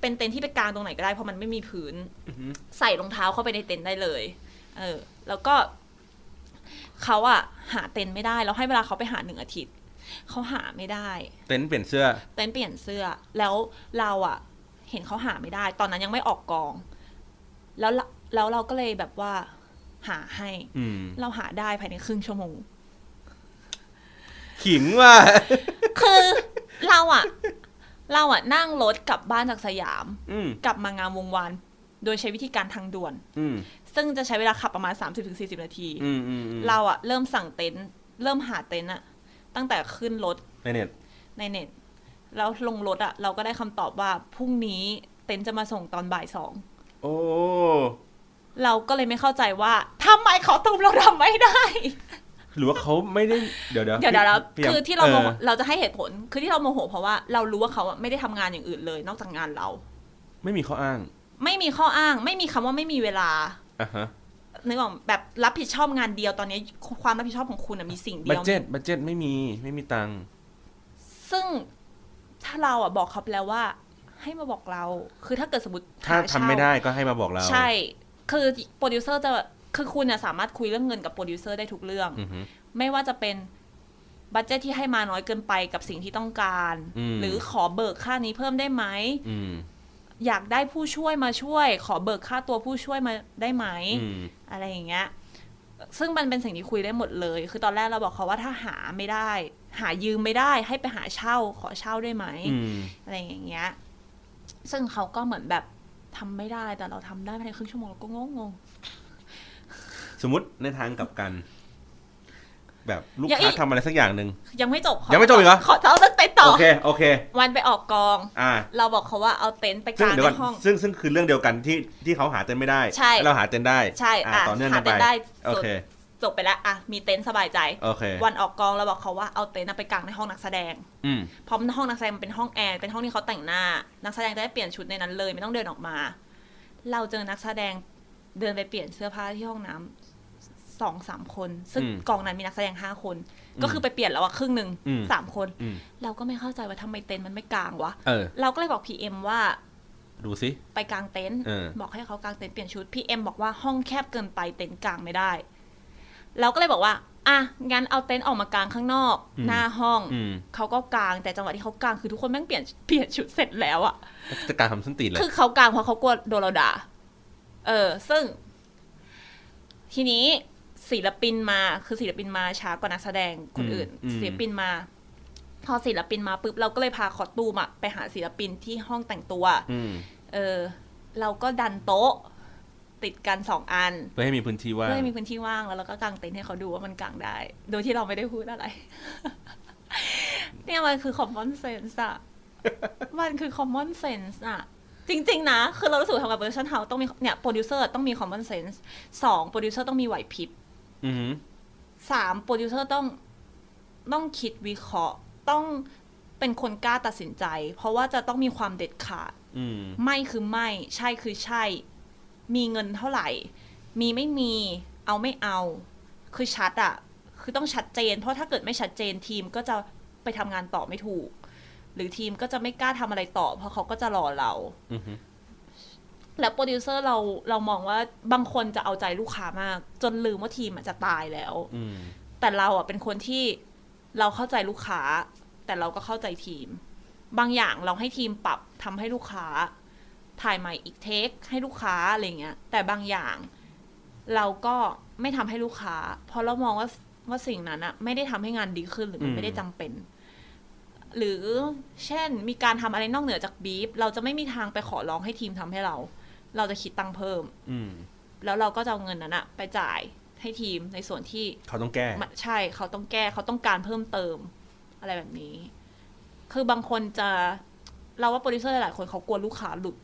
S2: เป็นเต็นท์ที่ไปกางตรงไหนก็ได้เพราะมันไม่มีพื้น
S1: อือหือ
S2: ใส่รองเท้าเข้าไปในเต็นท์ได้เลย เออ แล้วก็เขาอะหาเต็นท์ไม่ได้ แล้วให้เวลาเขาไปหาหนึ่งอาทิตย์ เขาหาไม่ได้
S1: เต็นท์เปลี่ยนเสื้อ
S2: เต็นท์เปลี่ยนเสื้อ แล้วเราอะเห็นเขาหาไม่ได้ ตอนนั้นยังไม่ออกกอง แล้วเราแล้วเราก็เลยแบบว่า หาให้
S1: อืม
S2: เราหาได้ภายในครึ่งชั่วโมง
S1: ขิงว่ะ
S2: คือเราอะเราอะนั่งรถกลับบ้านจากสยาม
S1: อืม
S2: กลับมางามวงวาน โดยใช้วิธีการทางด่วน
S1: อืม
S2: ซึ่งจะใช้เวลาขับประมาณ 30-40 นาที
S1: อืมอืมอืม
S2: เราอะเริ่มสั่งเต็นท์เริ่มหาเต็นท์อะตั้งแต่ขึ้นรถ
S1: ในเน็ต
S2: ในเน็ต แล้วลงรถอะเราก็ได้คำตอบว่าพรุ่งนี้เต็นท์จะมาส่งตอนบ่ายสอง
S1: โอ้
S2: เราก็เลยไม่เข้าใจว่าทำไมเขาตุ้มเราทำไม่ ได้
S1: หรือว่าเขาไม่ได้ เดี๋ยวเดี๋ยว
S2: เดี๋ยวเดี๋ยวเรา
S1: พี่พี่
S2: คือที่เราโมโห
S1: ออ
S2: เราจะให้เหตุผลคือที่เราโมโห เพราะว่าเรารู้ว่าเขาอะไม่ได้ทำงานอย่างอื่นเลย นอกจากงานเรา
S1: ไม่มีข้ออ้าง
S2: ไม่มีข้ออ้าง ไม่มีคำว่าไม่มีเวลา
S1: อ่ะฮะ
S2: นึกออกแบบรับผิดชอบงานเดียวตอนนี้ความรับผิดชอบของคุณอะมีสิ่งเดี
S1: บัต
S2: ยว
S1: เจ็ตบัตเจ็ตไม่มีไม่มีตังค์
S2: ซึ่งถ้าเราอ่ะบอกเขาไปแล้วว่า ให้มาบอกเรา คือถ้าเกิดสมมติ
S1: ถ้า
S2: ห
S1: ทำไม่ได้ก็ให้มาบอกเรา
S2: ใช่ คือโปรดิวเซอร์จะคือคุณน่ะสามารถคุยเรื่องเงินกับโปรดิวเซอร์ได้ทุกเรื่อง
S1: อือหือ
S2: ไม่ว่าจะเป็นบัตเจตที่ให้มาน้อยเกินไปกับสิ่งที่ต้องการ
S1: อืม
S2: หรือขอเบิกค่านี้เพิ่มได้ไหม
S1: อืม
S2: อยากได้ผู้ช่วยมาช่วย ขอเบิกค่าตัวผู้ช่วยมาได้ไหม
S1: อืม
S2: อะไรอย่างเงี้ย ซึ่งมันเป็นสิ่งที่คุยได้หมดเลย คือตอนแรกเราบอกเขาว่าถ้าหาไม่ได้ หายืมไม่ได้ ให้ไปหาเช่า ขอเช่าได้ไหม
S1: อืม
S2: อะไรอย่างเงี้ย ซึ่งเขาก็เหมือนแบบทำไม่ได้ แต่เราทำได้ภายในครึ่งชั่วโมงเราก็งงง
S1: สมมติในทางกลับกัน แบบลูก
S2: อย่าอี
S1: ค้าก ทำอะไรสักอย่างหนึ่ง
S2: ๆยังไม่จบข
S1: ยังไม่จบอีกเหรอ
S2: ขอเอาเรื่องเต็นท์ต่อ
S1: โอเคโอเค
S2: วันไปออกกอง
S1: อ่า
S2: เราบอกเขาว่าเอาเต็นท์ไป
S1: ซึ่
S2: กาง ง
S1: เดี๋ยวก่อน
S2: ในห้อง
S1: ซึ่งซึ่งคือเรื่องเดียวกันที่ที่เขาหาเต็นท์ไม่ได้
S2: ใช่
S1: แล้วเราหาเต็นท์ได้
S2: ใช่
S1: อ่า
S2: อ่ะ
S1: ต่อเนื่อง
S2: หา
S1: กัน
S2: เต็น
S1: ไป
S2: ท์ได้
S1: โอ
S2: จบ
S1: เค
S2: จบไปแล้วอ่ะมีเต็นท์สบายใจ
S1: โอเค
S2: วันออกกองเราบอกเขาว่าเอาเต็นท์น่ะไปกางในห้องนักแสดง
S1: อืม
S2: เพราะมันห้องนักแสดงมันเป็นห้องแอร์เป็นห้องที่เขาแต่งหน้า นักแสดงจะได้เปลี่ยนชุดในนั้นเลย ไม่ต้องเดินออกมา เราเจอนักแสดง เดินไปเปลี่ยนเสื้อผ้าที่ห้องน้ำสองสามคน ซึ่ง
S1: อืม
S2: กองนั้นมีนักแสดงห้าคน
S1: ม
S2: ก็คือไปเปลี่ยนแล้วอะครึ่งหนึ่ง
S1: อืม
S2: สามคน
S1: อืม
S2: เราก็ไม่เข้าใจว่าทำไมเต็นท์มันไม่กลางวะ
S1: เออ
S2: เราก็เลยบอกพีเอ็มว่า
S1: ดูสิ
S2: ไปกลางเต็นท์
S1: เออ
S2: บอกให้เขากางเต็นท์เปลี่ยนชุดพีเอ็มบอกว่าห้องแคบเกินไปเต็นท์กลางไม่ได้ เราก็เลยบอกว่าอ่ะงั้นเอาเต็นท์ออกมากลางข้างนอก
S1: อืม
S2: หน้าห้อง
S1: อืม
S2: เขาก็กางแต่จังหวะที่เขากางคือทุกคนแม่งเปลี่ยน เปลี่ยนชุดเสร็จแล้วอะ
S1: จะการทำส้นตีนเลย
S2: คือเขากลางเพราะเขากลัวโดนเราด่า เออ ซึ่ง ทีนี้ศิลปินมา คือศิลปินมาช้ากว่านักแสดงคนอื่น ศิลปินมา พอศิลปินมาปุ๊บเราก็เลยพาคอตูมอะไปหาศิลปินที่ห้องแต่งตัว
S1: อืม
S2: เออ เราก็ดันโต๊ะ ติดกันสองอัน
S1: เพื่อให้มีพื้นที่ว่าง
S2: เพื่อให้มีพื้นที่ว่างแล้วเราก็กางเต็นท์ให้เขาดูว่ามันกางได้ โดยที่เราไม่ได้พูดอะไร เนี่ยมันคือ common sense อะมันคือ common sense อะจริง ๆ นะ คือเรารู้สึกทำงาน production house ต้องมีเนี่ย producer ต้องมี common sense สอง producer ต้องมีไหวพริบ
S1: อืม
S2: สาม producer ต้องต้องคิดวิเคราะห์ ต้องเป็นคนกล้าตัดสินใจ เพราะว่าจะต้องมีความเด็ดขาด
S1: อืม
S2: ไม่คือไม่ ใช่คือใช่ มีเงินเท่าไหร่ มีไม่มี เอาไม่เอา คือชัดอะคือต้องชัดเจน เพราะถ้าเกิดไม่ชัดเจนทีมก็จะไปทำงานต่อไม่ถูก หรือทีมก็จะไม่กล้าทำอะไรต่อ เพราะเขาก็จะรอเรา
S1: อืม
S2: แล้วโปรดิวเซอร์เราเรามองว่าบางคนจะเอาใจลูกค้ามาก จนลืมว่าทีมอะจะตายแล้ว
S1: อืม
S2: แต่เราอ่ะเป็นคนที่เราเข้าใจลูกค้า แต่เราก็เข้าใจทีม บางอย่างเราให้ทีมปรับทำให้ลูกค้า ถ่ายใหม่อีกเทคให้ลูกค้าอะไรเงี้ย แต่บางอย่างเราก็ไม่ทำให้ลูกค้า เพราะเรามองว่าว่าสิ่งนั้นอะไม่ได้ทำให้งานดีขึ้นหรือมันไม่ได้จำเป็น หรือเช่นมีการทำอะไรนอกเหนือจากบีฟเราจะไม่มีทางไปขอร้องให้ทีมทำให้เรา เราจะคิดตังค์เพิ่ม
S1: อืม
S2: แล้วเราก็จะเอาเงินนั้นอะไปจ่ายให้ทีมในส่วนที่
S1: เขาต้องแก้
S2: มันใช่เขาต้องแก้เขาต้องการเพิ่มเติมอะไรแบบนี้ คือบางคนจะเราว่าโปรดิวเซอร์หลายคนเขากลัวลูกค้าหลุด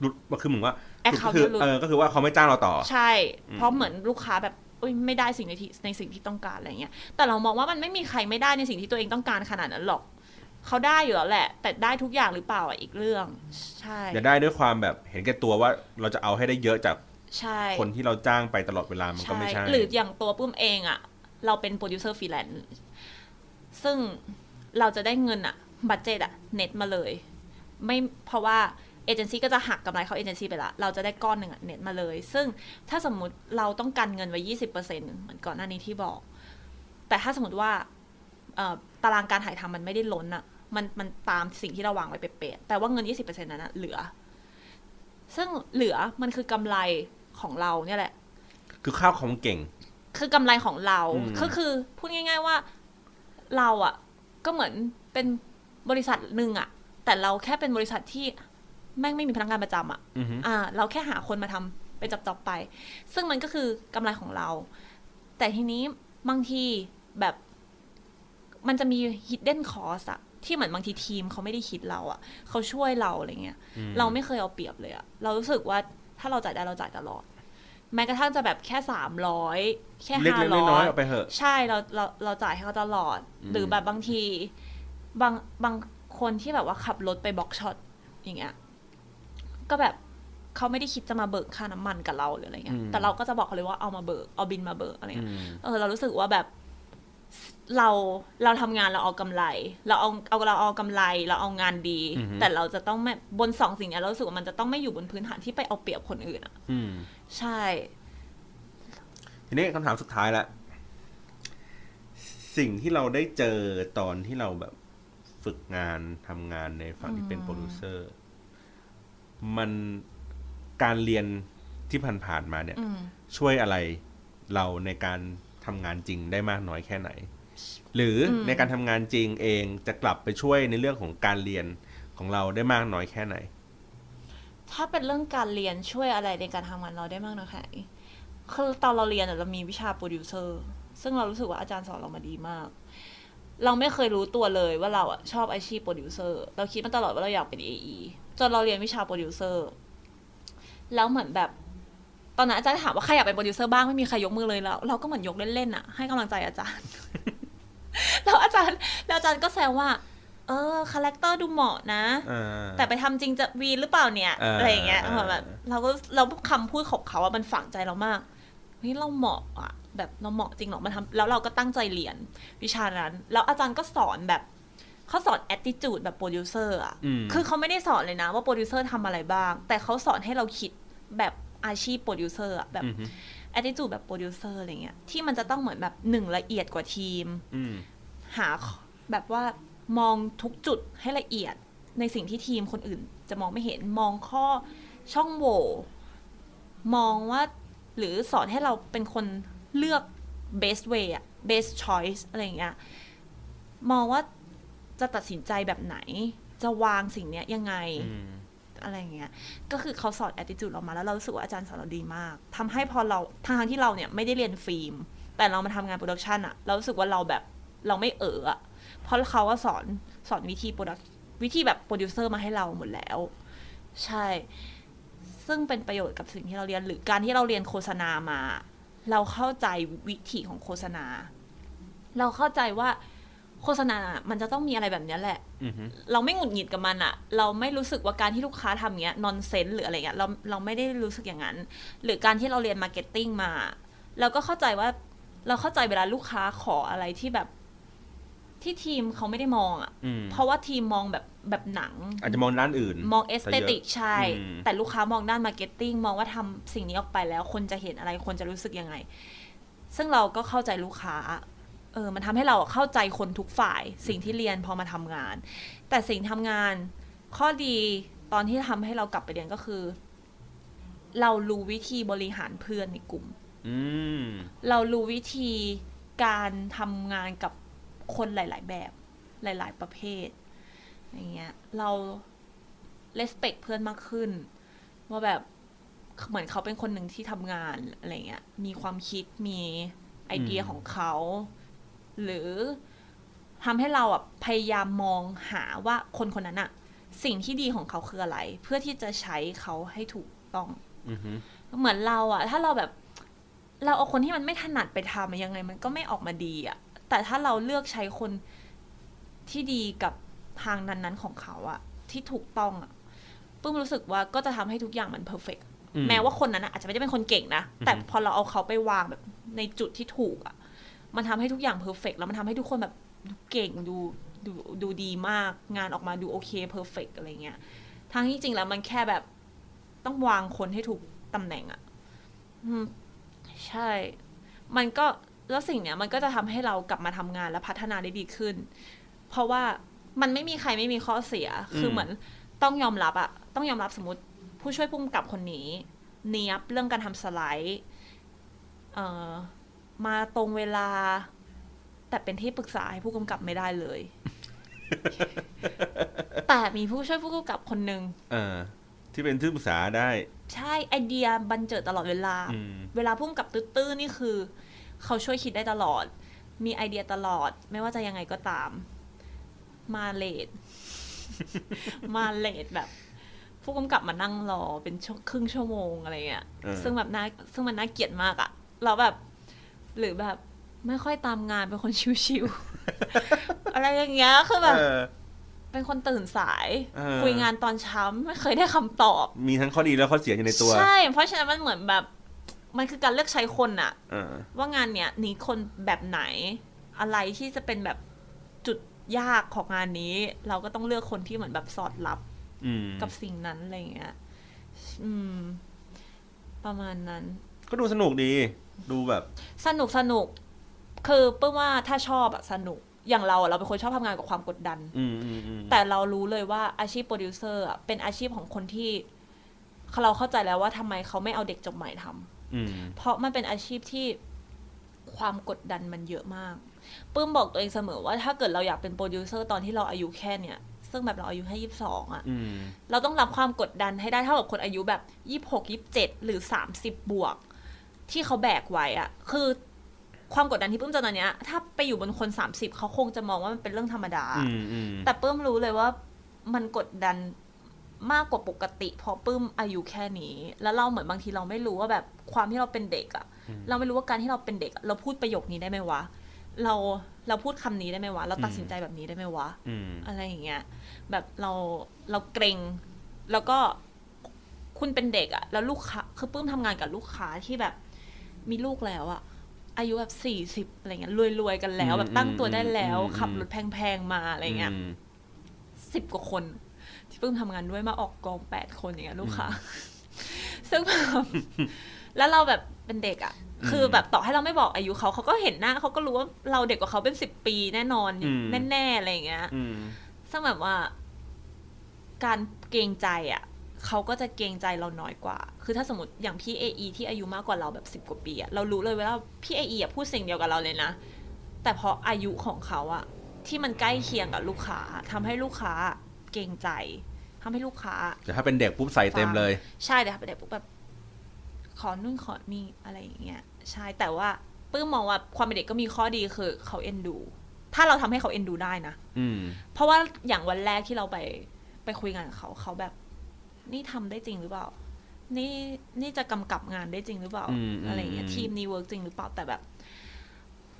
S1: หลุดก็คือเหมือนว่าหลุดก็
S2: Account
S1: คือ
S2: หลุด
S1: เออก็คือว่าเขาไม่จ้างเราต่อ
S2: ใช่ เพราะเหมือนลูกค้าแบบอุ๊ยไม่ได้สิ่งในที่ในสิ่งที่ต้องการอะไรเงี้ย แต่เรามองว่ามันไม่มีใครไม่ได้ในสิ่งที่ตัวเองต้องการขนาดนั้นหรอก เขาได้อยู่แล้วแหละ แต่ได้ทุกอย่างหรือเปล่าอ่ะอีกเรื่อง ใช่
S1: จะได้ด้วยความแบบเห็นแก่ตัวว่าเราจะเอาให้ได้เยอะจาก
S2: ใช่
S1: คนที่เราจ้างไปตลอดเวลามันก็ไม่ใช่
S2: หรืออย่างตัวปุ้มเองอ่ะ เราเป็นโปรดิวเซอร์ฟรีแลนซ์ซึ่งเราจะได้เงินอ่ะ บัตเจตอ่ะ เน็ตมาเลย ไม่เพราะว่าเอเจนซี่ก็จะหักกำไรเข้าเอเจนซี่ไปละ เราจะได้ก้อนหนึ่งอะเน็ตมาเลย ซึ่งถ้าสมมุติเราต้องการเงินไว้ 20%เหมือนก่อนหน้านี้ที่บอก แต่ถ้าสมมติว่าเอ่อตารางการถ่ายทำมันไม่ได้ล้นอะมันมันตามสิ่งที่เราวางไว้เป๊ะๆแต่ว่าเงิน 20%นั้นอะเหลือ ซึ่งเหลือมันคือกำไรของเราเนี่ยแหละ
S1: คือข้าวของเก่ง
S2: คือกำไรของเรา
S1: อืม
S2: ก็คือพูดง่าย ๆว่าเราอะก็เหมือนเป็นบริษัทหนึ่งอะแต่เราแค่เป็นบริษัทที่แม่งไม่มีพนักงานประจำอะ
S1: อือฮึ
S2: อ่า เราแค่หาคนมาทำเป็นจับจอบๆไป ซึ่งมันก็คือกำไรของเรา แต่ทีนี้บางทีแบบมันจะมี hidden cost อะที่เหมือนบางทีทีมเขาไม่ได้คิดเราอะเขาช่วยเราอะไรเงี้ย
S1: อืม
S2: เราไม่เคยเอาเปรียบเลยอะเรารู้สึกว่าถ้าเราจ่ายได้เราจ่ายตลอด แม้กระทั่งจะแบบแค่สามร้อยแค่
S1: เล็ก
S2: ห้า
S1: เล็กน้
S2: ร้อ
S1: อย
S2: ย
S1: ๆเอาไปเหอะ
S2: ใช่เราเราเราจ่ายให้เขาตลอด
S1: อืม
S2: หรือแบบบางทีบางบางคนที่แบบว่าขับรถไปบล็อกช็อตอย่างเงี้ยก็แบบเขาไม่ได้คิดจะมาเบิกค่าน้ำมันกับเราหรืออะไรเงี้ยแต่เราก็จะบอกเขาเลยว่าเอามาเบิกเอาบินมาเบิกอะไรเงี้ย
S1: อืม
S2: เออเรารู้สึกว่าแบบเราเราทำงานเราเอากำไร เราเอาเอาเราเอากำไร เราเอางานดี แต่เราจะต้องไม่บนสองสิ่งเนี้ยเรารู้สึกว่ามันจะต้องไม่อยู่บนพื้นฐานที่ไปเอาเปรียบคนอื่นอะ
S1: อืม
S2: ใช่
S1: ทีนี้คำถามสุดท้ายละ สิ่งที่เราได้เจอตอนที่เราแบบฝึกงานทำงานในฝั่งที่เป็นโปรดิวเซอร์ มันการเรียนที่ผ่านๆมาเนี่ย
S2: อืม
S1: ช่วยอะไรเราในการทำงานจริงได้มากน้อยแค่ไหน หรืออในการทำงานจริงเองจะกลับไปช่วยในเรื่องของการเรียนของเราได้มากน้อยแค่ไหน
S2: ถ้าเป็นเรื่องการเรียนช่วยอะไรในการทำงานเราได้มากนะคะคือตอนเราเรียนอะเรามีวิชาโปรดิวเซอร์ซึ่งเรารู้สึกว่าอาจารย์สอนเรามาดีมาก เราไม่เคยรู้ตัวเลยว่าเราอะชอบอาชีพโปรดิวเซอร์เราคิดมาตลอดว่าเราอยากเป็น AE จนเราเรียนวิชาโปรดิวเซอร์ แล้วเหมือนแบบ ตอนนั้นอาจารย์ถามว่าใครอยากเป็นโปรดิวเซอร์บ้างไม่มีใครยกมือเลยแล้ว เราก็เหมื อนยกเล่นๆน่ะให้กำลังใจอาจารย์ แล้วอาจารย์แล้วอาจารย์ก็แซวว่า เออคาแรคเตอร์ดูเหมาะนะ
S1: อ่า
S2: แต่ไปทำจริงจะวีนหรือเปล่าเนี่ย
S1: เอออ
S2: อะไรอย่างเงี้ย
S1: เออเออ
S2: แบบเราก็เราคำพูดของเขาอะมันฝังใจเรามากเฮ้ยเราเหมาะอะแบบเราเหมาะจริงหรอมาทำแล้วเราก็ตั้งใจเรียนวิชานั้น แล้วอาจารย์ก็สอนแบบเขาสอน attitude แบบโปรดิวเซอร์อะ
S1: อืม
S2: คือเขาไม่ได้สอนเลยนะว่าโปรดิวเซอร์ทำอะไรบ้าง แต่เขาสอนให้เราคิดแบบอาชีพโปรดิวเซอร์อะแบบ
S1: อืมฮึ
S2: attitude แบบโปรดิวเซอร์อะไรเงี้ยที่มันจะต้องเหมือนแบบหนึ่งละเอียดกว่าทีม
S1: อืม
S2: หาแบบว่ามองทุกจุดให้ละเอียดในสิ่งที่ทีมคนอื่น จะมองไม่เห็นมองข้อช่องโหว่มองว่าหรือสอนให้เราเป็นคนเลือก best way อะ best choice อะไรอย่างเงี้ยมองว่าจะตัดสินใจแบบไหน จะวางสิ่งเนี้ยยังไง
S1: อืม
S2: อะไรอย่างเงี้ย ก็คือเขาสอน attitude ออกมาแล้วเรารู้สึกว่าอาจารย์สอนเราดีมาก ทำให้พอเราทางที่เราเนี่ยไม่ได้เรียนฟิล์ม แต่เรามาทำงานโปรดักชันอะเรารู้สึกว่าเราแบบเราไม่เอออะเพราะเขาก็สอนสอนวิธีโปรดักวิธีแบบโปรดิวเซอร์มาให้เราหมดแล้ว ใช่ ซึ่งเป็นประโยชน์กับสิ่งที่เราเรียนหรือการที่เราเรียนโฆษณามา เราเข้าใจวิธีของโฆษณา เราเข้าใจว่าโฆษณาอะมันจะต้องมีอะไรแบบเนี้ยแหละ
S1: อืมฮึ
S2: เราไม่หงุดหงิดกับมันอะเราไม่รู้สึกว่าการที่ลูกค้าทำเงี้ยนอนเซนหรืออะไรเงี้ย เราเราไม่ได้รู้สึกอย่างนั้น หรือการที่เราเรียนมาร์เก็ตติ้งมา เราก็เข้าใจว่าเราเข้าใจเวลาลูกค้าขออะไรที่แบบที่ทีมเขาไม่ได้มองอะ
S1: อืม
S2: เพราะว่าทีมมองแบบแบบหนัง
S1: อาจจะมองด้านอื่น
S2: มองเอสเตติกใช่
S1: อืม
S2: แต่ลูกค้ามองด้านมาร์เก็ตติ้งมองว่าทำสิ่งนี้ออกไปแล้ว คนจะเห็นอะไรคนจะรู้สึกยังไง ซึ่งเราก็เข้าใจลูกค้า เออ มันทำให้เราเข้าใจคนทุกฝ่าย สิ่งที่เรียนพอมาทำงาน แต่สิ่งทำงาน ข้อดีตอนที่ทำให้เรากลับไปเรียนก็คือ เรารู้วิธีบริหารเพื่อนในกลุ่ม
S1: อืม
S2: เรารู้วิธีการทำงานกับคนหลาย ๆ แบบหลาย ๆ ประเภท อย่างเงี้ย เรา respect เพื่อนมากขึ้น ว่าแบบเหมือนเขาเป็นคนหนึ่งที่ทำงานอะไรเงี้ย มีความคิดมีไอเดีย
S1: อืม
S2: ของเขา หรือทำให้เราอ่ะพยายามมองหาว่าคนคนนั้นอ่ะ สิ่งที่ดีของเขาคืออะไร เพื่อที่จะใช้เขาให้ถูกต้อง
S1: อืมฮึ
S2: เหมือนเราอะถ้าเราแบบเราเอาคนที่มันไม่ถนัดไปทำอะยังไง มันก็ไม่ออกมาดีอะแต่ถ้าเราเลือกใช้คนที่ดีกับทางนั้นๆของเขาอะที่ถูกต้องอะปึ้มรู้สึกว่าก็จะทำให้ทุกอย่างมันเพอร์เฟก
S1: อื
S2: แม้ว่าคนนั้นอะอาจจะไม่ได้เป็นคนเก่งนะ แต่
S1: อือฮึ
S2: พอเราเอาเขาไปวางแบบในจุดที่ถูกอะมันทำให้ทุกอย่างเพอร์เฟกแล้วมันทำให้ทุกคนแบบดูเก่งดูดูดูดีมากงานออกมาดูโอเคเพอร์เฟกอะไรเงี้ยทั้งที่จริงแล้วมันแค่แบบ ต้องวางคนให้ถูกตำแหน่งอะ่ะ อืม ใช่ มันก็แล้วสิ่งเนี้ย มันก็จะทำให้เรากลับมาทำงานและพัฒนาได้ดีขึ้น เพราะว่ามันไม่มีใครไม่มีข้อเสีย คือ
S1: ม
S2: เหมือนต้องยอมรับอะต้องยอมรับสมมติ ผู้ช่วยผู้กำกับคนนี้ เนียบเรื่องการทำสไลด์เอ่อมาตรงเวลา แต่เป็นที่ปรึกษาให้ผู้กำกับไม่ได้เลย แต่มีผู้ช่วยผู้กำกับคนหนึ่ง
S1: เออ
S3: ที่เป็นที่ปรึกษาได้
S2: ใช่ไอเดียบันเจิดตลอดเวลา
S1: อืม
S2: เวลาพุ่มกับตื้อๆนี่คือ เขาช่วยคิดได้ตลอด มีไอเดียตลอด ไม่ว่าจะยังไงก็ตาม มาเลท มาเลทแบบ ผู้กำกับมานั่งรอเป็นชั่วครึ่งชั่วโมงอะไรเงี้ย
S3: เออ
S2: ซึ่งแบบน่าซึ่งมันน่าเกลียดมากอะเราแบบ หรือแบบไม่ค่อยตามงานเป็นคนชิว ๆ อะไรอย่างเงี้ยคือแบบ
S3: เออ
S2: เป็นคนตื่นสาย
S3: เออ
S2: คุยงานตอนเช้าไม่เคยได้คำตอบ
S3: มีทั้งข้อดีและข้อเสียอยู่ในตัว
S2: ใช่ เพราะฉะนั้นมันเหมือนแบบ มันคือการเลือกใช้คนอะ
S3: เออ
S2: ว่างานเนี้ยหนีคนแบบไหน อะไรที่จะเป็นแบบจุดยากของงานนี้ เราก็ต้องเลือกคนที่เหมือนแบบสอดรับ
S1: อืม
S2: กับสิ่งนั้นอะไรอย่างเงี้ยอืม ประมาณนั้น
S1: ก็ดูสนุกดี
S3: ดูแบบ
S2: สนุกสนุก คือเปิ้ลว่าถ้าชอบอะสนุก อย่างเราอะเราเป็นคนชอบทำงานกับความกดดัน
S1: อืมอืมอืม
S2: แต่เรารู้เลยว่าอาชีพโปรดิวเซอร์อะเป็นอาชีพของคนที่เราเข้าใจแล้วว่าทำไมเขาไม่เอาเด็กจบใหม่ทำ
S1: อืม
S2: เพราะมันเป็นอาชีพที่ความกดดันมันเยอะมากปื้มบอกตัวเองเสมอว่าถ้าเกิดเราอยากเป็นโปรดิวเซอร์ตอนที่เราอายุแค่เนี่ย ซึ่งแบบเราอายุแค่ยี่สิบสองอะ
S1: อืม
S2: เราต้องรับความกดดันให้ได้เท่ากับคนอายุแบบยี่สิบหกยี่สิบเจ็ดหรือสามสิบบวก ที่เขาแบกไว้อะคือความกดดันที่ปื้มเจอตอนเนี้ย ถ้าไปอยู่บนคนสามสิบเขาคงจะมองว่ามันเป็นเรื่องธรรมดา
S1: อืมอืม
S2: แต่ปื้มรู้เลยว่ามันกดดันมากกว่าปกติเพราะปื้มอายุแค่นี้ แล้วเราเหมือนบางทีเราไม่รู้ว่าแบบความที่เราเป็นเด็กอะเราไม่รู้ว่าการที่เราเป็นเด็กอะเราพูดประโยคนี้ได้ไหมวะ เรา เราพูดคำนี้ได้ไหมวะ เราตัดสินใจแบบนี้ได้ไหมวะ
S1: อืม
S2: อะไรอย่างเงี้ย แบบเราเราเกรง แล้วก็คุณเป็นเด็กอะแล้วลูกค้าคือปื้มทำงานกับลูกค้าที่แบบมีลูกแล้วอะอายุแบบสี่สิบ40อะไรเงี้ยรวยๆกันแล้ว
S1: อืม
S2: แบบตั้งตัวได้แล้ว
S1: อืม
S2: ขับรถแพงๆมาอะไรเงี้ย
S1: อืม
S2: สิบกว่าคน ที่ปื้มทำงานด้วยมาออกกองแปดคนอย่างเงี้ยลูกค้า ซึ่งแบบ แล้วเราแบบเป็นเด็กอะคือแบบต่อให้เราไม่บอกอายุเขาเขาก็เห็นหน้าเขาก็รู้ว่าเราเด็กกว่าเขาเป็นสิบปีแน่นอน
S1: อืม
S2: แน่ๆอะไรอย่างเงี้ย
S1: อืม
S2: ซึ่งแบบว่า การเกรงใจอ่ะเขาก็จะเกรงใจเราน้อยกว่า คือถ้าสมมติอย่างพี่เอที่อายุมากกว่าเราแบบสิบ10 กว่าปีอ่ะเรารู้เลยเวลาพี่เออ่ะพูดสิ่งเดียวกับเราเลยนะ แต่เพราะอายุของเขาอ่ะ ที่มันใกล้เคียงกับลูกค้าทำให้ลูกค้าเกรงใจทำให้ลูกค้า
S1: แต่ถ้าเป็นเด็กปุ๊บใส่เต็มเลย
S2: ใช่แต่ถ้าเป็นเด็กปุ๊บแบบ ขอนู่นขอนี่อะไรอย่างเงี้ยใช่แต่ว่าปื้มมองว่าความเป็นเด็กก็มีข้อดีคือเขาเอ็นดู ถ้าเราทำให้เขาเอ็นดูได้นะ
S1: อืม
S2: เพราะว่าอย่างวันแรกที่เราไปไปคุยงานกับเขาเขาแบบ นี่ทำได้จริงหรือเปล่า นี่นี่จะกำกับงานได้จริงหรือเปล่า
S1: อืมอืม
S2: ไรเงี้ย
S1: อืม
S2: ทีมนี้เวิร์กจริงหรือเปล่าแต่แบบ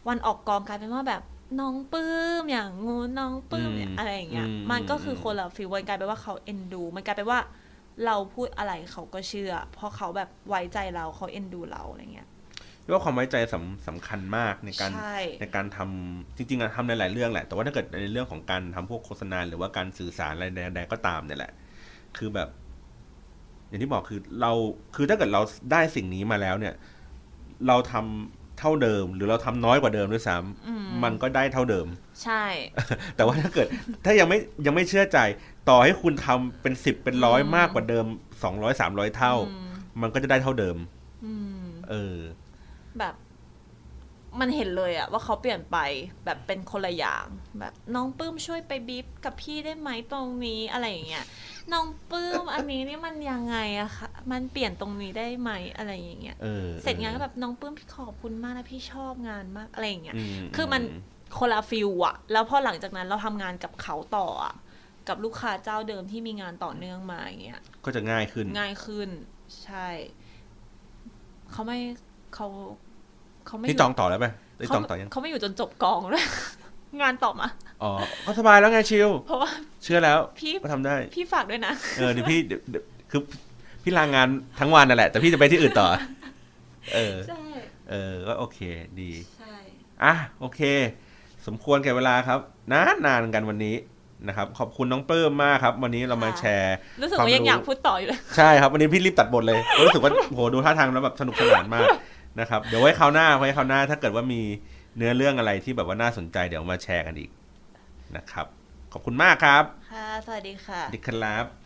S2: วันออกกองกลายเป็นว่าแบบ น้องปื้มอย่างงูนน้องปื้มเนี่ย
S1: อืม
S2: อะไรอย่างเงี้ย
S1: อืม
S2: มันก็
S1: อืม
S2: คือคนละฟีลมันกลายเป็นว่าเขาเอ็นดู มันกลายเป็นว่า เราพูดอะไรเขาก็เชื่อ เพราะเขาแบบไว้ใจเราเขาเอ็นดูเราอะไรเงี้ย
S1: เรียกว่าความไว้ใจสำสำคัญมากในการ
S2: ใช่
S1: ในการทำจริงๆอะทำในหลายเรื่องแหละ แต่ว่าถ้าเกิดในเรื่องของการทำพวกโฆษณาหรือว่าการสื่อสารอะไรใดๆก็ตามเนี่ยแหละ คือแบบ อย่างที่บอกคือเราคือถ้าเกิดเราได้สิ่งนี้มาแล้วเนี่ย เราทำเท่าเดิม หรือเราทำน้อยกว่าเดิมด้วยซ้ำมันก็ได้เท่าเดิม
S2: ใช่
S1: แต่ว่าถ้าเกิด ถ้ายังไม่ยังไม่เชื่อใจ ต่อให้คุณทำเป็นสิบเป็นร้อย
S2: อืม
S1: มากกว่าเดิมสองร้อยสามร้อยเท่า
S2: อืม
S1: มันก็จะได้เท่าเดิม
S2: อืม
S1: เออ
S2: แบบมันเห็นเลยอะว่าเขาเปลี่ยนไปแบบเป็นคนละอย่างแบบน้องปื้มช่วยไปบีบกับพี่ได้ไหมตรงนี้อะไรอย่างเงี้ยน้องปื้ม อันนี้นี่มันยังไงอะคะมันเปลี่ยนตรงนี้ได้ไหมอะไรอย่างเงี้ย
S1: เออ
S2: เสร็จงานก็แบบน้องปื้มพี่ขอบคุณมากนะพี่ชอบงานมากอะไรอย่างเงี้ย
S1: ม
S2: คือมัน คนละฟิลอะแล้วพอหลังจากนั้นเราทำงานกับเขาต่ออะกับลูกค้าเจ้าเดิมที่มีงานต่อเนื่องมาอย่างเงี้ย
S1: ก็จะง่ายขึ้น
S2: ง่ายขึ้น ใช่เขาไม่เขาเขาไม่
S1: นี่จองต่อแล้วไหมได้จองต่อยัง
S2: เขาไม่อยู่จนจบกองเลย งานต่อมา
S1: อ๋อ ก็สบายแล้วไงชิว
S2: เพราะว่า
S1: เชื่อแล้ว
S2: พี่
S1: ก็ทำได้
S2: พี่ฝากด้วยนะ
S1: เออเดี๋ยวพี่เดี๋ยวเดี๋ยวคือพี่ลางานทั้งวันนั่นแหละ แต่พี่จะไปที่อื่นต่อ เออ
S2: ใช่
S1: เออ ก็โอเค ดี
S2: ใช่
S1: อ่ะ โอเค สมควรแก่เวลาครับ นานนานกันวันนี้นะครับ ขอบคุณน้องเปิ้มมากครับ วันนี้เรามา
S2: ค่ะ
S1: แชร์
S2: รู้สึกว่ายังอยากพูดต่ออยู่เลย
S1: ใช่ครับ วันนี้พี่รีบตัดบทเลย รู้สึกว่า โหดูท่าทางแล้วแบบสนุกสนานมากนะครับ เดี๋ยวไว้คราวหน้าไว้คราวหน้า ถ้าเกิดว่ามีเนื้อเรื่องอะไรที่แบบว่าน่าสนใจเดี๋ยวมาแชร์กันอีกนะครับ ขอบคุณมากครับ
S2: ค่ะ สวัสดีค่ะ
S1: ดิครับ